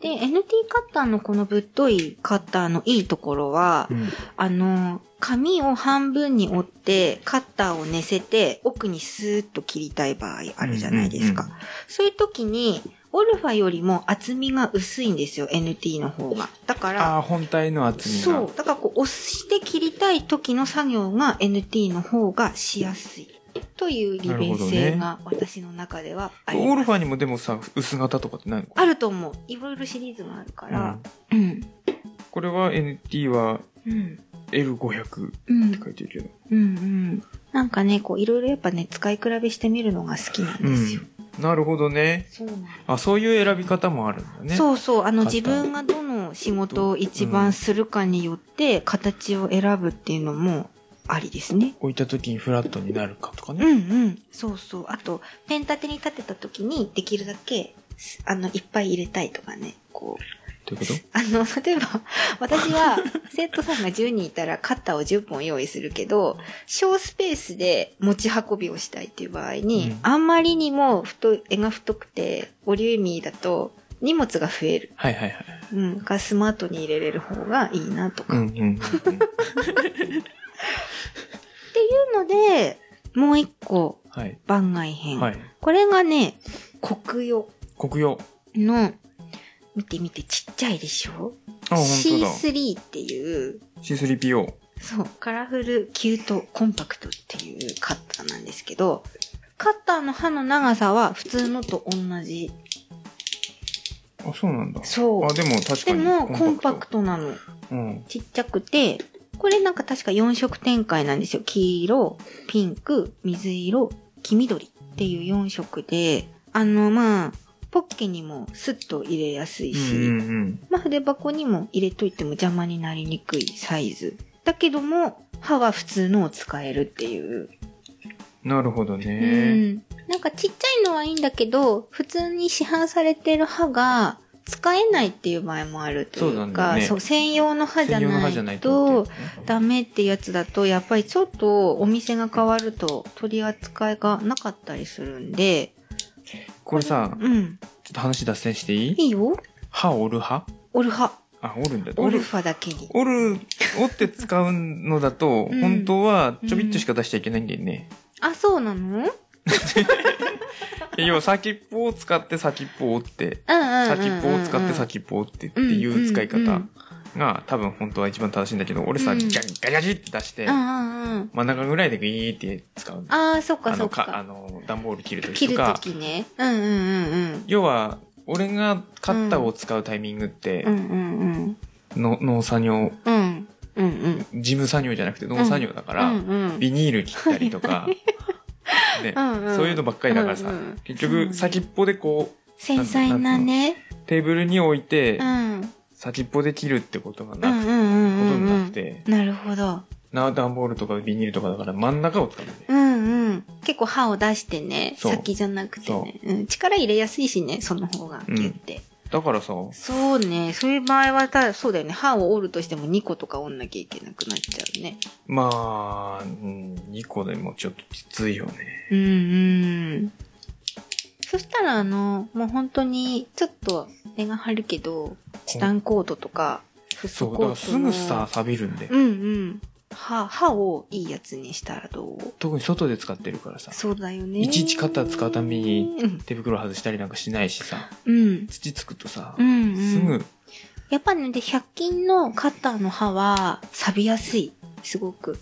Speaker 3: で、NT カッターのこのぶっといカッターのいいところは、
Speaker 2: うん
Speaker 3: あの、紙を半分に折って、カッターを寝せて、奥にスーッと切りたい場合あるじゃないですか。
Speaker 2: うん
Speaker 3: そういう時に、オルファよりも厚みが薄いんですよ、NT の方が。だから、
Speaker 2: ああ、本体の厚みが。
Speaker 3: そう。だからこう、押して切りたい時の作業が NT の方がしやすい。という利便性が私の中ではあります。
Speaker 2: オルファにもでもさ、薄型とかってないのか
Speaker 3: あると思う。いろいろシリーズがあるか
Speaker 2: な、う
Speaker 3: ら
Speaker 2: ん。
Speaker 3: うん。
Speaker 2: これは NT は
Speaker 3: うん。
Speaker 2: L500 っ
Speaker 3: うん
Speaker 2: て。書いてるけど。
Speaker 3: うんうん。なんかね、こう、いろいろやっぱね、使い比べしてみるのが好きなんですよ。
Speaker 2: なるほどね。
Speaker 3: そうなんだ
Speaker 2: あ、そういう選び方もあるんだね。う。
Speaker 3: そうそう。あの、
Speaker 2: 買
Speaker 3: 自
Speaker 2: った
Speaker 3: 分がどの仕事を一番するかによって、形を選ぶっていうのもありですね。
Speaker 2: 置いた時にフラットになるかとか
Speaker 3: う
Speaker 2: ね。
Speaker 3: んうん。そうそう。あと、ペン立てに立てた時に、できるだけ、すあの、いっぱい入れたいとかね。こう。
Speaker 2: ということ
Speaker 3: あの、例えば、私は、生徒さんが10人いたら、カッターを10本用意するけど、小スペースで持ち運びをしたいっていう場合に、
Speaker 2: うん
Speaker 3: あんまりにも太い、絵が太くて、ボリューミーだと、荷物が増える。
Speaker 2: はいはいはい。
Speaker 3: うん。だからスマートに入れれる方がいいなとか。
Speaker 2: うん
Speaker 3: っ
Speaker 2: うんうんうん。
Speaker 3: ていうので、もう一個、
Speaker 2: はい。
Speaker 3: 番外編。
Speaker 2: はい。
Speaker 3: これがね、国用
Speaker 2: 黒曜。
Speaker 3: の、見て見て、ちっちゃいでしょ
Speaker 2: あ、本当だ。
Speaker 3: ?C3 っていう、
Speaker 2: C3PO。
Speaker 3: そう、カラフルキュートコンパクトっていうカッターなんですけど、カッターの刃の長さは普通のと同じ。
Speaker 2: あ、そうなんだ。
Speaker 3: そう
Speaker 2: あ、。でも確か
Speaker 3: で
Speaker 2: に。
Speaker 3: も、コンパクトなの。
Speaker 2: ト。うん。
Speaker 3: ちっちゃくて、これなんか確か4色展開なんですよ。黄色、ピンク、水色、黄緑っていう4色で、あの、まあ、ポッケにもスッと入れやすい
Speaker 2: う
Speaker 3: し、
Speaker 2: んうんうん。
Speaker 3: まあ、筆箱にも入れといても邪魔になりにくいサイズ。だけども、歯は普通のを使えるっていう。
Speaker 2: なるほど
Speaker 3: う
Speaker 2: ね。
Speaker 3: ん。なんかちっちゃいのはいいんだけど、普通に市販されてる歯が使えないっていう場合もあるとい
Speaker 2: そうなん
Speaker 3: う
Speaker 2: だ
Speaker 3: か、
Speaker 2: よね
Speaker 3: そう専用の歯じゃ
Speaker 2: 専用の歯じゃ
Speaker 3: な
Speaker 2: ないいと
Speaker 3: と
Speaker 2: ってやつね。
Speaker 3: ダメってやつだと、やっぱりちょっとお店が変わると取り扱いがなかったりするんで、
Speaker 2: これさ、
Speaker 3: うん。
Speaker 2: ちょっと話脱線していい
Speaker 3: いいよ。
Speaker 2: 歯折る歯
Speaker 3: オルハ。
Speaker 2: あ、折るんだ。
Speaker 3: オ
Speaker 2: 折
Speaker 3: ル
Speaker 2: る。
Speaker 3: ファだけに。
Speaker 2: 折る、折って使うのだと、
Speaker 3: うん
Speaker 2: 本当はちょびっとしか出しちゃいけないんだよね。
Speaker 3: あ、そうなの
Speaker 2: 要は先っぽを使って先っぽを折って、
Speaker 3: うんうんうんうん、うん。
Speaker 2: 先っぽを使って先っぽを折ってっていう使い
Speaker 3: うんうんう
Speaker 2: 方
Speaker 3: ん
Speaker 2: が多分本当は一番正しいんだけど、俺さ、
Speaker 3: うん
Speaker 2: ガンガガジって出して
Speaker 3: う、んうんうん。
Speaker 2: 真ん中ぐらいでグイーって使うの。
Speaker 3: ああ、そっか
Speaker 2: あ
Speaker 3: そっ
Speaker 2: の、
Speaker 3: か。
Speaker 2: か、あの、段ボール切ると
Speaker 3: 切
Speaker 2: き
Speaker 3: る
Speaker 2: と
Speaker 3: と
Speaker 2: か。
Speaker 3: きね。うんうんうん
Speaker 2: 要は、俺がカッターを使うタイミングっ
Speaker 3: うん。う
Speaker 2: て、
Speaker 3: んうんうん。
Speaker 2: の農作業、
Speaker 3: うん。うんうん。
Speaker 2: 事務作業じゃなくて農作業だから、
Speaker 3: うんうん、
Speaker 2: ビニール切ったりとか、ね、
Speaker 3: うんうん
Speaker 2: そういうのばっかりだからさ、
Speaker 3: うんうん
Speaker 2: 結
Speaker 3: そうね
Speaker 2: 局先っぽでこう、
Speaker 3: 繊細なね。
Speaker 2: テーブルに置いて
Speaker 3: う、ん。うん
Speaker 2: 先っぽで切るってことが
Speaker 3: う
Speaker 2: なく、
Speaker 3: ん
Speaker 2: こ
Speaker 3: うん
Speaker 2: と
Speaker 3: うん
Speaker 2: に
Speaker 3: う
Speaker 2: なっ
Speaker 3: ん。
Speaker 2: て、
Speaker 3: なるほど。
Speaker 2: な、段ボールとかビニールとかだから真ん中を使うんだよね。
Speaker 3: うんうん。結構歯を出してね。
Speaker 2: そう
Speaker 3: 先じゃなくて
Speaker 2: そ
Speaker 3: ね。うん。力入れやすいしね、その方が。
Speaker 2: うん
Speaker 3: ギュって。
Speaker 2: だからさ、
Speaker 3: そうね。そういう場合はた、そうだよね。歯を折るとしても2個とか折んなきゃいけなくなっちゃうね。
Speaker 2: まあ、うん、2個でもちょっときついよね。
Speaker 3: うんうん。そしたら、あの、もう本当に、ちょっと、目が張るけど、チタンコートとか、フッ素
Speaker 2: そう、
Speaker 3: コ
Speaker 2: だ
Speaker 3: ー
Speaker 2: か
Speaker 3: ト
Speaker 2: ら
Speaker 3: の
Speaker 2: すぐさ、錆びるんで。
Speaker 3: うんうん。歯、歯をいいやつにしたらどう
Speaker 2: 特に外で使ってるからさ、
Speaker 3: そうだよね。
Speaker 2: いちいちカッター使うために
Speaker 3: うん。
Speaker 2: 手袋外したりなんかしないしさ、
Speaker 3: うん。
Speaker 2: 土つくとさ
Speaker 3: う、ん、うん。
Speaker 2: すぐ。
Speaker 3: やっぱね、で、100均のカッターの歯は、錆びやすい。すごく。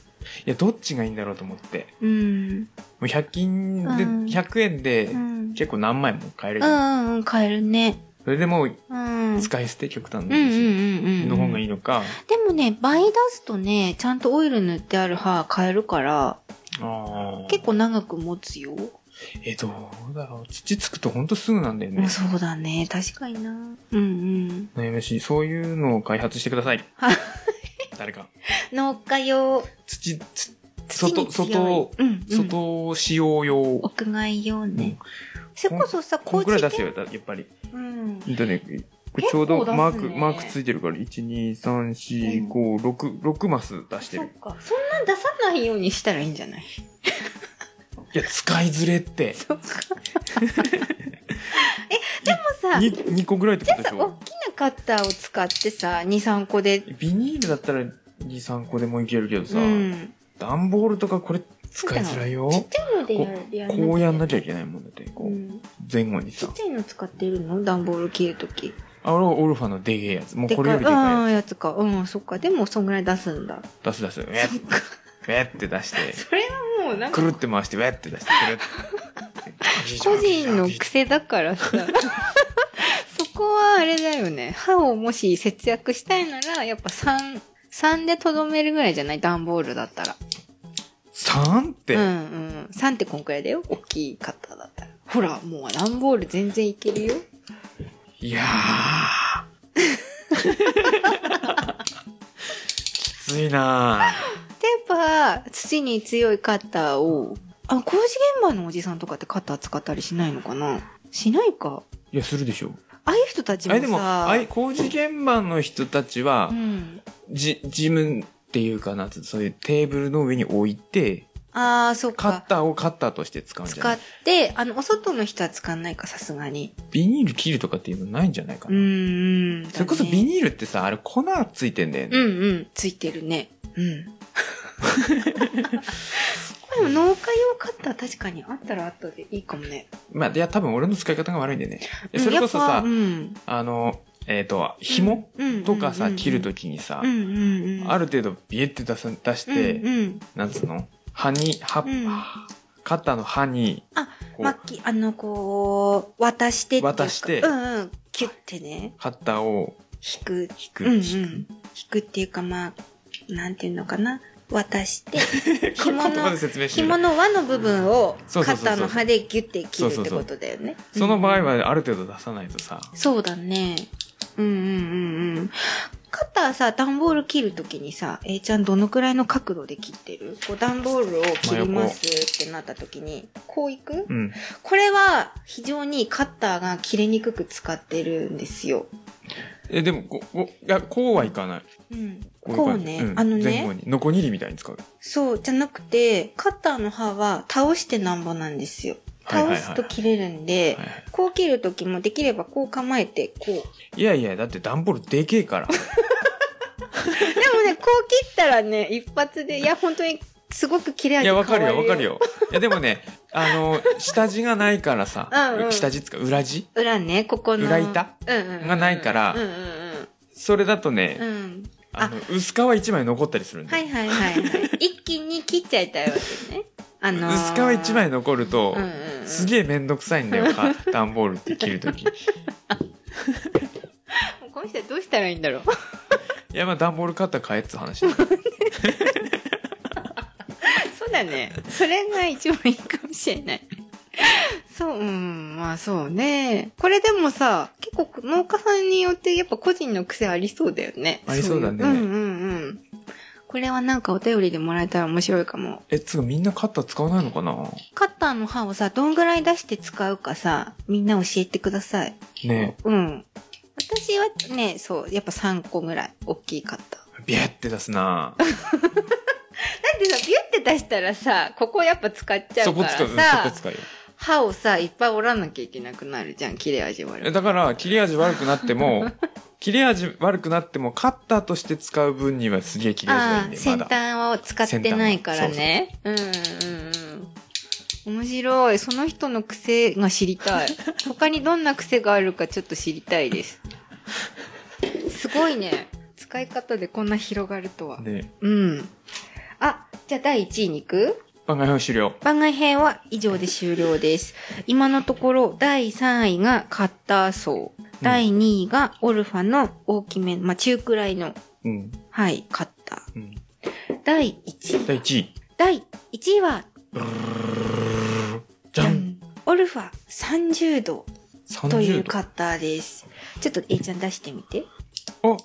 Speaker 2: いや、どっちがいいんだろうと思って。
Speaker 3: うん。
Speaker 2: もう100均で、
Speaker 3: うん
Speaker 2: 100円で
Speaker 3: うん。
Speaker 2: 結構何枚も買える
Speaker 3: う
Speaker 2: じゃん。
Speaker 3: んうん、買えるね。
Speaker 2: それでもう
Speaker 3: うん。
Speaker 2: 使い捨て極端
Speaker 3: うんうん
Speaker 2: の
Speaker 3: うんうん。
Speaker 2: の方がいいのか、
Speaker 3: でもね、倍出すとね、ちゃんとオイル塗ってある歯買えるから、
Speaker 2: ああ
Speaker 3: 結構長く持つよ。
Speaker 2: えどうだろう土つくとほんとすぐなんだよね
Speaker 3: そうだね。確かにな。うんうん。
Speaker 2: 悩ましいそういうのを開発してください
Speaker 3: はい
Speaker 2: 誰か
Speaker 3: 農家用、
Speaker 2: 土つ
Speaker 3: 土に強い
Speaker 2: 外外
Speaker 3: うん、うん。
Speaker 2: 外使用用、
Speaker 3: 屋外用ね。それこそさ、
Speaker 2: こんくらい出す
Speaker 3: で
Speaker 2: よだやっぱり
Speaker 3: うん。
Speaker 2: えっとねこれ
Speaker 3: 結
Speaker 2: ちょ
Speaker 3: 構
Speaker 2: うど
Speaker 3: 出すね
Speaker 2: マーク、マークついてるから、1、2、3、4、5、6、6マス出して
Speaker 3: そっ
Speaker 2: る。
Speaker 3: か。そんなん出さないようにしたらいいんじ ゃない
Speaker 2: いや、使いづれって。
Speaker 3: そっか。え、でもさ、
Speaker 2: 2、2個ぐらいってことでし
Speaker 3: 大
Speaker 2: ょ
Speaker 3: きなカッターを使ってさ、2、3個で。
Speaker 2: ビニールだったら2、3個でもいけるけどさ、
Speaker 3: うん。
Speaker 2: 段ボールとかこれ使いづらいよ。
Speaker 3: ちっちゃいのでやるやる
Speaker 2: こうやんなきゃいけないもんだって、こ
Speaker 3: う
Speaker 2: う、
Speaker 3: ん
Speaker 2: 前後に
Speaker 3: ち
Speaker 2: さ
Speaker 3: っ。ちゃいの使ってるの段ボール切るとき。
Speaker 2: あ、俺はオルファのでけえやつ。もう
Speaker 3: で
Speaker 2: これよ
Speaker 3: か
Speaker 2: り
Speaker 3: い、
Speaker 2: で
Speaker 3: あ
Speaker 2: か
Speaker 3: あ
Speaker 2: い
Speaker 3: ー、
Speaker 2: や
Speaker 3: やつか。うん、そっか。でも、そんぐらい出すんだ。
Speaker 2: つ。出す出す。ウェ
Speaker 3: そ
Speaker 2: ッ
Speaker 3: っ、か。
Speaker 2: ウェッって出して、
Speaker 3: それはもう、なん
Speaker 2: く
Speaker 3: か、
Speaker 2: るって回して、ウェッって出して、くるって。
Speaker 3: 個人の癖だか らさ。そこはあれだよね。歯をもし節約したいなら、やっぱ3、3でとどめるぐらいじゃない段ボールだったら。
Speaker 2: 3っ
Speaker 3: うんう
Speaker 2: て、
Speaker 3: ん。3ってこんくらいだよ。大きい方だったら。ほら、もう段ボール全然いけるよ。
Speaker 2: いやー。きついな
Speaker 3: 例えば、土に強いカッターを、あ、工事現場のおじさんとかってカッター使ったりしないのかなしないか。
Speaker 2: ーいや、するでしょ。
Speaker 3: ああいう人たち
Speaker 2: あ
Speaker 3: もさ、
Speaker 2: れでも、あい工事現場の人たちは
Speaker 3: う、ん。
Speaker 2: じ、ジムっていうかな、そういうテーブルの上に置いて、
Speaker 3: ああ、そっ
Speaker 2: カッ
Speaker 3: か。
Speaker 2: ターをカッターとして使うんじゃ
Speaker 3: 使
Speaker 2: な
Speaker 3: っ
Speaker 2: い
Speaker 3: て、あの、お外の人は使わないか、さすがに。
Speaker 2: ビニール切るとかっていうのないんじゃないか
Speaker 3: う
Speaker 2: な。
Speaker 3: ん、うん。
Speaker 2: それこそビ
Speaker 3: ー
Speaker 2: ニールってさ、あれ粉ついてんだよね。
Speaker 3: うんうん、ついてるね。うん。これでも農家用カッター確かにあったらあったでいいかもね。
Speaker 2: まあ、いや、多分俺の使い方が悪いんだよね。
Speaker 3: うん
Speaker 2: それこそ
Speaker 3: やっぱ
Speaker 2: さ
Speaker 3: う、ん。
Speaker 2: あの、えっ、と、紐とかさ、切ると
Speaker 3: き、
Speaker 2: きにさ
Speaker 3: う、んうんうん、
Speaker 2: ある程度ビエって出さ出して、
Speaker 3: うんうん、
Speaker 2: なんつうの刃に、刃、
Speaker 3: うん
Speaker 2: カッターの刃に、
Speaker 3: あ
Speaker 2: こう
Speaker 3: まきあのこう渡してっていうか
Speaker 2: 渡して
Speaker 3: うんうん、キュッてね
Speaker 2: カッターを
Speaker 3: 引く
Speaker 2: 引く、
Speaker 3: うんうん、
Speaker 2: 引
Speaker 3: 引くっていうかまあなんていうのかな渡して
Speaker 2: く。これ
Speaker 3: 紐
Speaker 2: 言葉
Speaker 3: の
Speaker 2: で説明してみ
Speaker 3: 紐
Speaker 2: る。
Speaker 3: の輪の部分をカ
Speaker 2: そうそうそうそう
Speaker 3: ッターの刃でギュッて切るってことだよね
Speaker 2: その場合
Speaker 3: うんうん
Speaker 2: はある程度出さないとさ、
Speaker 3: そうだねうんうんうんうんカッターさ、段ボール切るときにさ、えいちゃんどのくらいの角度で切ってるこう段ボールを切りますってなったときに、こういく、
Speaker 2: うん。
Speaker 3: これは非常にカッターが切れにくく使ってるんですよ。
Speaker 2: え、でも、ここいや、こうはいかない。
Speaker 3: うん、
Speaker 2: こい
Speaker 3: こう
Speaker 2: 感じ
Speaker 3: ね、
Speaker 2: うん
Speaker 3: あの
Speaker 2: 前後
Speaker 3: ね、
Speaker 2: に。ノコギリみたいに使う。
Speaker 3: そうじゃなくて、カッターの刃は倒してなんぼなんですよ。
Speaker 2: はいはいは
Speaker 3: 倒
Speaker 2: い
Speaker 3: すと切れるんで、
Speaker 2: はいはい
Speaker 3: こう切るときもできればこう構えて、こう。でも
Speaker 2: いやいや、だって段ボールでけえから。
Speaker 3: ね、こう切ったらね、一発で、いや、本当にすごく切れ
Speaker 2: い
Speaker 3: 味
Speaker 2: や、
Speaker 3: 変わ
Speaker 2: わか
Speaker 3: る
Speaker 2: る
Speaker 3: よ。
Speaker 2: よ、わかる。よ。いや、でもね、あの、下地がないからさ、
Speaker 3: うんうん
Speaker 2: 下地っつうか、裏地
Speaker 3: 裏ね、ここの。
Speaker 2: 裏板
Speaker 3: うんうんうん
Speaker 2: がないから
Speaker 3: うんうん
Speaker 2: それだとね、
Speaker 3: うん。うん。
Speaker 2: あの、薄皮一枚残ったりするんで。
Speaker 3: はいはいはい はい。一気に切っちゃいたいわけね。あのー、
Speaker 2: 薄皮一枚残ると、
Speaker 3: うんうんうん
Speaker 2: すげえめんどくさいんだ よ、か段ボールって切るとき。い
Speaker 3: もうこの人はどうしたらいいんだろう。
Speaker 2: や、まあ、段ボール買ったら買えっつう話 だよ。
Speaker 3: そうだね。それが一番いいかもしれない。そう、うん、まあそうね。これでもさ、結構農家さんによってやっぱ個人の癖ありそうだよね。
Speaker 2: ありそうだね
Speaker 3: いうんうんうん。これはなんかお便りでもらえたら面白いかも。
Speaker 2: え、つうか、みんなカッター使わないのかな
Speaker 3: カッターの刃をさ、どんぐらい出して使うかさ、みんな教えてください。
Speaker 2: ね
Speaker 3: うん。私はね、そう、やっぱ3個ぐらい。大きいカッター。
Speaker 2: え、ビャって出す な
Speaker 3: だってさ、ビュって出したらさ、ここやっぱ使っちゃ
Speaker 2: そう
Speaker 3: か
Speaker 2: こ
Speaker 3: らさ。
Speaker 2: 使う、うんそこ使うよ。
Speaker 3: 歯をさ、いっぱい折らなきゃいけなくなるじゃん、切れ味悪
Speaker 2: え
Speaker 3: い。
Speaker 2: だから、切れ味悪くなっても、 切れ味悪くなっても、カッターとして使う分にはすげえ切れ味がいい
Speaker 3: あ
Speaker 2: ん
Speaker 3: あ、
Speaker 2: で、ま
Speaker 3: 先
Speaker 2: だ。
Speaker 3: 端を使ってないからね。うんうんうん。面白い。その人の癖が知り たい。他にどんな癖があるかちょっと知りたいです。すごいね。使い方でこんな広がるとは。
Speaker 2: で、
Speaker 3: うん。あ、じゃあ第1位に行く
Speaker 2: 番外編終了。
Speaker 3: 番外編は以上で終了です。今のところ第3位がカッター層、第2位がオルファの大きめ、まあ中くらいの、
Speaker 2: うん。
Speaker 3: はい、カッタ
Speaker 2: うん、
Speaker 3: ー。第1位。
Speaker 2: 第1位。
Speaker 3: 第1位は、
Speaker 2: じゃん
Speaker 3: オルファ30度
Speaker 2: !30 度。
Speaker 3: というカッターです。ちょっと A ちゃん出してみて。
Speaker 2: あ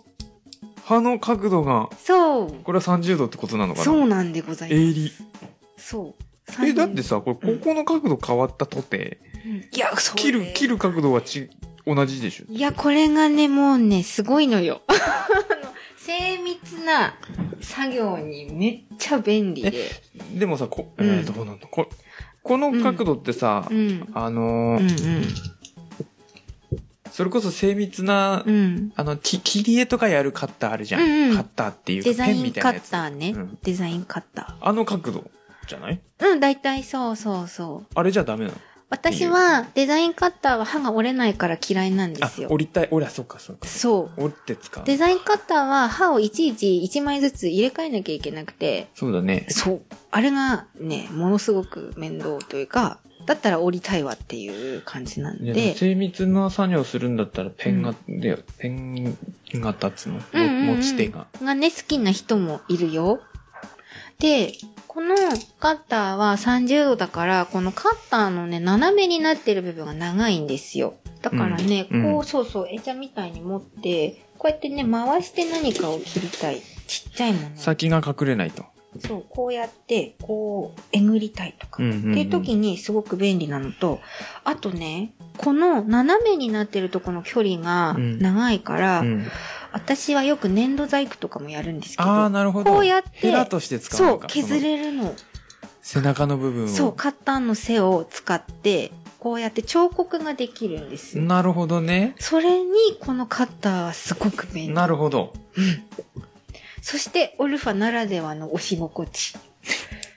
Speaker 2: 葉の角度が、
Speaker 3: そう。
Speaker 2: これは30度ってことなのかな
Speaker 3: そうなんでございま
Speaker 2: 鋭利。
Speaker 3: す。そう。
Speaker 2: え、
Speaker 3: 30
Speaker 2: だって、さ、これ、ここの角度変わったとて、
Speaker 3: うんいや、そうね
Speaker 2: 切る、切る角度はち、同じでしょ。
Speaker 3: いや、これがね、もうね、すごいのよ。 あの精密な作業にめっちゃ便利で。
Speaker 2: でもさ、こ、
Speaker 3: うん
Speaker 2: えーどうなんだ、ここの角度ってさ
Speaker 3: う、ん。
Speaker 2: あの
Speaker 3: うんう
Speaker 2: ー
Speaker 3: ん。
Speaker 2: それこそ精密な、
Speaker 3: うん。
Speaker 2: あの、き切り絵とかやるカッターあるじゃん。
Speaker 3: うんうん
Speaker 2: カッターっていう
Speaker 3: デ
Speaker 2: か
Speaker 3: ザ
Speaker 2: ペン
Speaker 3: イ
Speaker 2: み
Speaker 3: ン
Speaker 2: た
Speaker 3: カ
Speaker 2: いなや
Speaker 3: ッ
Speaker 2: つ。
Speaker 3: ターね
Speaker 2: うん。
Speaker 3: デザインカッタ
Speaker 2: あの角度じゃない
Speaker 3: ー。うん、大体そうそうそう。
Speaker 2: あれじゃダメなの
Speaker 3: 私はデザインカッターは歯が折れないから嫌いなんで
Speaker 2: あ
Speaker 3: す、よ。
Speaker 2: 折りたい。折ら、そっかそっか。
Speaker 3: そう。
Speaker 2: 折って使う。
Speaker 3: デザインカッターは歯をいちいち1枚ずつ入れ替えなきゃいけなくて、
Speaker 2: そうだね。
Speaker 3: そう。あれがね、ものすごく面倒というか、だったら折りたいわっていう感じなん
Speaker 2: いや
Speaker 3: で。
Speaker 2: 精密な作業するんだったらペンが、でペンが立つの、も
Speaker 3: うんうんうん
Speaker 2: 持ち手が。
Speaker 3: がね、好きな人もいるよ。で、このカッターは30度だから、このカッターのね、斜めになってる部分が長いんですよ。だからね、
Speaker 2: うん
Speaker 3: こ
Speaker 2: う
Speaker 3: う、そうそう、エチャみたいに持って、こうやってね、回して何かを切りたい。ちっちゃいもの。
Speaker 2: 先が隠れないと。
Speaker 3: そう、こうやって、こう、えぐりたいとか。
Speaker 2: うんうんうん
Speaker 3: っていう時にすごく便利なのと、あとね、この斜めになってるとこの距離が
Speaker 2: うん
Speaker 3: 長いから、
Speaker 2: うん
Speaker 3: 私はよく粘土細工とかもやるんですけ
Speaker 2: ああ、
Speaker 3: ど、
Speaker 2: なるほど。
Speaker 3: こうやって
Speaker 2: ヘラとして使う
Speaker 3: そ
Speaker 2: の
Speaker 3: う、
Speaker 2: か。
Speaker 3: 削
Speaker 2: その
Speaker 3: れるの。
Speaker 2: 背中の部分を。
Speaker 3: そう、カッターの背を使って、こうやって彫刻ができるんですよ。
Speaker 2: なるほどね。
Speaker 3: それに、このカッターはすごく便利。
Speaker 2: なるほど。
Speaker 3: そして、オルファならではの押し心地。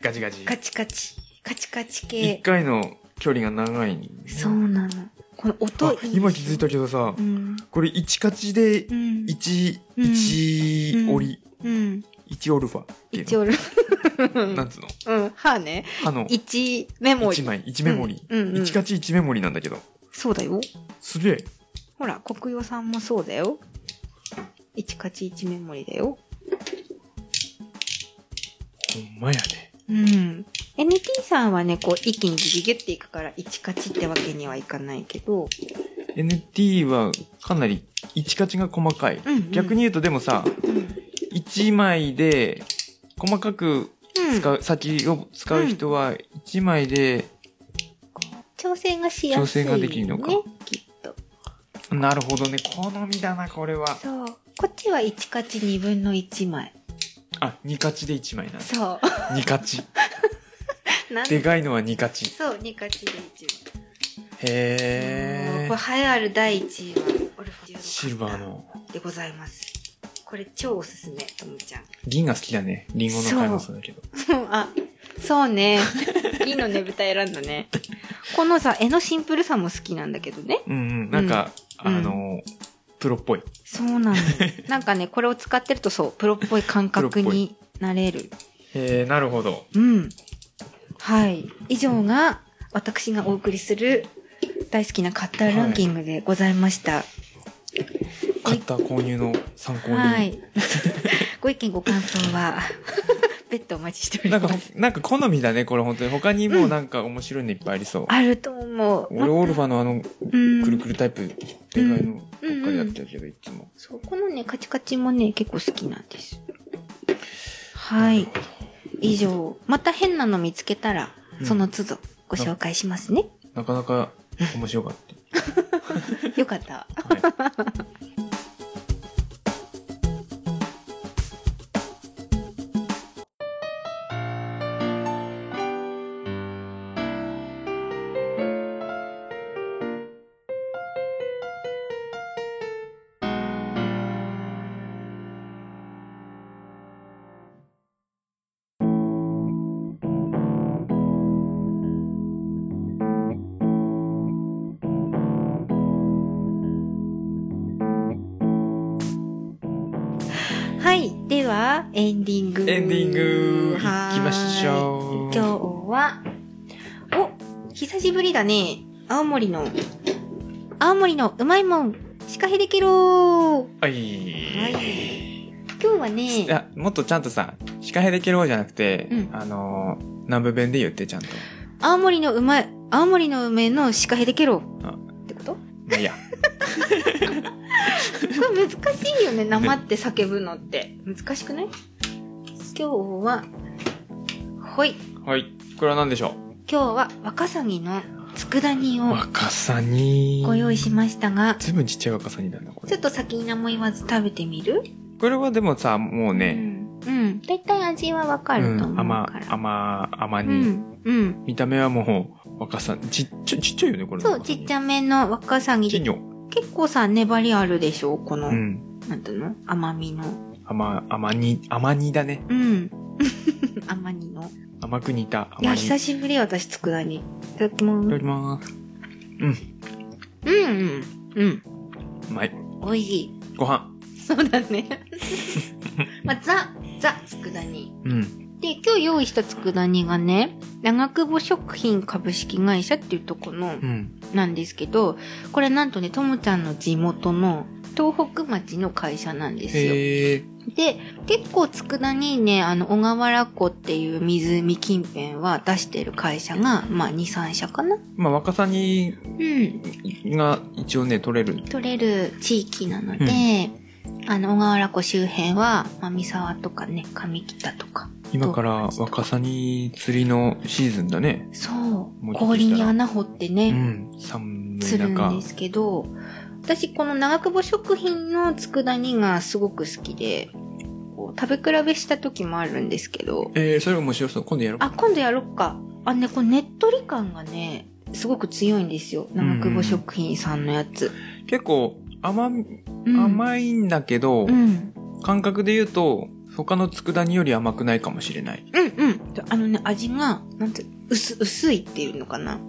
Speaker 2: ガチガチ。
Speaker 3: カチカチ、カチカチ
Speaker 2: 一
Speaker 3: 系。
Speaker 2: 回の距離が長い、ね。
Speaker 3: そうなの。この音
Speaker 2: あ
Speaker 3: いいでしょ
Speaker 2: 今気づいたけどさ
Speaker 3: う、ん。
Speaker 2: これ1カチで
Speaker 3: うん。
Speaker 2: 1、
Speaker 3: うん
Speaker 2: 1折り、
Speaker 3: うん。
Speaker 2: 1オルファっていう
Speaker 3: 一
Speaker 2: の。
Speaker 3: オル。
Speaker 2: なんつうの
Speaker 3: うん。歯ね。
Speaker 2: 歯の
Speaker 3: 一メモリ
Speaker 2: 1。枚、1メモリ。
Speaker 3: うんうんうん
Speaker 2: 1カチ1メモリなんだけど。
Speaker 3: そうだよ。
Speaker 2: すげえ。
Speaker 3: ほら、国用さんもそうだよ。一勝ち一メモリだよ。
Speaker 2: ほんまやね。
Speaker 3: うん。NT さんはね、こう、一気にギュギュギュっていくから、一勝ちってわけにはいかないけど。
Speaker 2: NT はかなり1カチが細かい。
Speaker 3: うん、うん。
Speaker 2: 逆に。言うとでもさ、
Speaker 3: うん。
Speaker 2: 1枚で細かく使
Speaker 3: うん。
Speaker 2: う、先を使う人は1枚で、
Speaker 3: 調整がしやすい、ね。
Speaker 2: 調整ができるのか
Speaker 3: きっと。
Speaker 2: なるほどね、好みだな、これは。
Speaker 3: そう。こっちは一勝ち二分の一枚。
Speaker 2: あ、2カチで1枚なんだ。
Speaker 3: そ
Speaker 2: 2カチ。
Speaker 3: う。なん
Speaker 2: でかいのは2カチ。
Speaker 3: そう、二勝ちで一枚。
Speaker 2: へ
Speaker 3: こ
Speaker 2: ー。
Speaker 3: れ栄えある第1位はオルファ
Speaker 2: シルバーの。
Speaker 3: でございますこれ超おすすめともちゃん
Speaker 2: 銀が好きだね。リンゴの買い物だけど。
Speaker 3: あそうね銀のねぶた選んだねこのさ絵のシンプルさも好きなんだけどね
Speaker 2: うんうん。なんか、
Speaker 3: うん
Speaker 2: あの、プロっぽい。
Speaker 3: そうなの なんかねこれを使ってるとそうプロっぽい感覚
Speaker 2: プロっぽい
Speaker 3: になれる
Speaker 2: へー、なるほど。
Speaker 3: うんはい以上が私がお送りする大好きなカッターランキングでございました、
Speaker 2: 買った購入の参考に。
Speaker 3: はい。 ご意見ご感想は、 別途お待ちしてお
Speaker 2: な
Speaker 3: り
Speaker 2: んか
Speaker 3: ま
Speaker 2: ほ
Speaker 3: す。、
Speaker 2: なんか好みだね、これ本当に。他にもなんか面白いのいっぱいありそう。
Speaker 3: あると思う。
Speaker 2: 俺、オルファのあの、
Speaker 3: うん
Speaker 2: くるくるタイプ、でかいのばっかりやってるけど、いつも。
Speaker 3: そう、このね、カチカチもね、結構好きなんです。はい。以上。また変なの見つけたら、
Speaker 2: うん
Speaker 3: その都度ご紹介します ね。
Speaker 2: なかなか面白かっ
Speaker 3: よかった。
Speaker 2: た。はい
Speaker 3: はい。では、エンディング。
Speaker 2: エンディング、
Speaker 3: はーい
Speaker 2: 行きましょ
Speaker 3: 今日は、お、久しぶりだね。青森の、青森のうまいもん、鹿ヘデケロー。
Speaker 2: う。はい。
Speaker 3: はい今日はね
Speaker 2: い、や、もっとちゃんとさ、シカヘデケローじゃなくて、
Speaker 3: うん
Speaker 2: あのー、南部弁で言って、ちゃんと。
Speaker 3: 青森のうまい、青森の梅の鹿ヘデケロ
Speaker 2: あ
Speaker 3: ー。ってことこ
Speaker 2: まあ、い いや。
Speaker 3: れ難 しいよね、生って叫ぶのって。難しくない今日は、ほい。
Speaker 2: はい。これは何でしょ
Speaker 3: 今日はワカサギの佃煮
Speaker 2: う
Speaker 3: を
Speaker 2: 若さに。
Speaker 3: ご用意しましたが、
Speaker 2: ずいぶんちっちゃい若さにだな、こ
Speaker 3: ちょ
Speaker 2: れ
Speaker 3: っ。と先に何も言わず食べてみる
Speaker 2: これはでもさ、もうね、
Speaker 3: うん。うん。だいたい味はわか
Speaker 2: う
Speaker 3: る
Speaker 2: ん
Speaker 3: と思う
Speaker 2: 甘
Speaker 3: か、ら。
Speaker 2: 甘、甘
Speaker 3: う
Speaker 2: に。
Speaker 3: ん。うん。
Speaker 2: 見た目はもう若さちっちゃちっちゃいよねこれ
Speaker 3: そう、ちっち
Speaker 2: ゃ
Speaker 3: ゃめのワカサギ
Speaker 2: 金
Speaker 3: で
Speaker 2: 魚
Speaker 3: 結構さ、粘りあるでしょこの、
Speaker 2: うん。
Speaker 3: なんていうの甘みの。
Speaker 2: 甘、甘煮、甘煮だね。
Speaker 3: うん。 甘煮の。
Speaker 2: 甘く煮た。
Speaker 3: いや、
Speaker 2: 甘煮。
Speaker 3: 久
Speaker 2: い
Speaker 3: しぶり私、つくだ煮。いただきます。
Speaker 2: た
Speaker 3: う
Speaker 2: だ
Speaker 3: ん
Speaker 2: きます。
Speaker 3: うん。うん。
Speaker 2: うまい。
Speaker 3: 美味しい。
Speaker 2: ご飯。
Speaker 3: そうだね。 まあ、ザ、ザ、つくだ煮。
Speaker 2: うん。
Speaker 3: で、今日用意した佃煮がね、長久保食品株式会社っていうとこの
Speaker 2: う、ん。
Speaker 3: なんですけど、これなんとね、ともちゃんの地元の東北町の会社なんですよ。
Speaker 2: へえ。
Speaker 3: で、結構佃煮ね、あの、小川原湖っていう湖近辺は出してる会社が、まあ、2、3社かな
Speaker 2: まあ、若さに
Speaker 3: うん。
Speaker 2: が一応ね、取れる。
Speaker 3: 取れる地域なので、あの、小川原湖周辺は、まあ、三沢とかね、上北とか。
Speaker 2: 今から若さに釣りのシーズンだね。
Speaker 3: そう。
Speaker 2: もうちょっと
Speaker 3: 氷
Speaker 2: したら
Speaker 3: に穴掘ってね、
Speaker 2: うん。寒
Speaker 3: す
Speaker 2: い
Speaker 3: るん
Speaker 2: 中
Speaker 3: で。すけど、私この長久保食品の佃煮がすごく好きで、こう食べ比べした時もあるんですけど、
Speaker 2: えー、それ面白そう。今度やろう。
Speaker 3: あ、今度やろっか。あ、ね、このねっとり感がね、すごく強いんですよ。長久保食品さんのやつ。
Speaker 2: 結構甘み、
Speaker 3: うん、い。
Speaker 2: 甘いんだけど、
Speaker 3: うん。
Speaker 2: 感覚で言うと、他の佃煮より甘くないかもしれない。
Speaker 3: うんうん。あのね、味が、なんて、薄、薄いっていうのかな。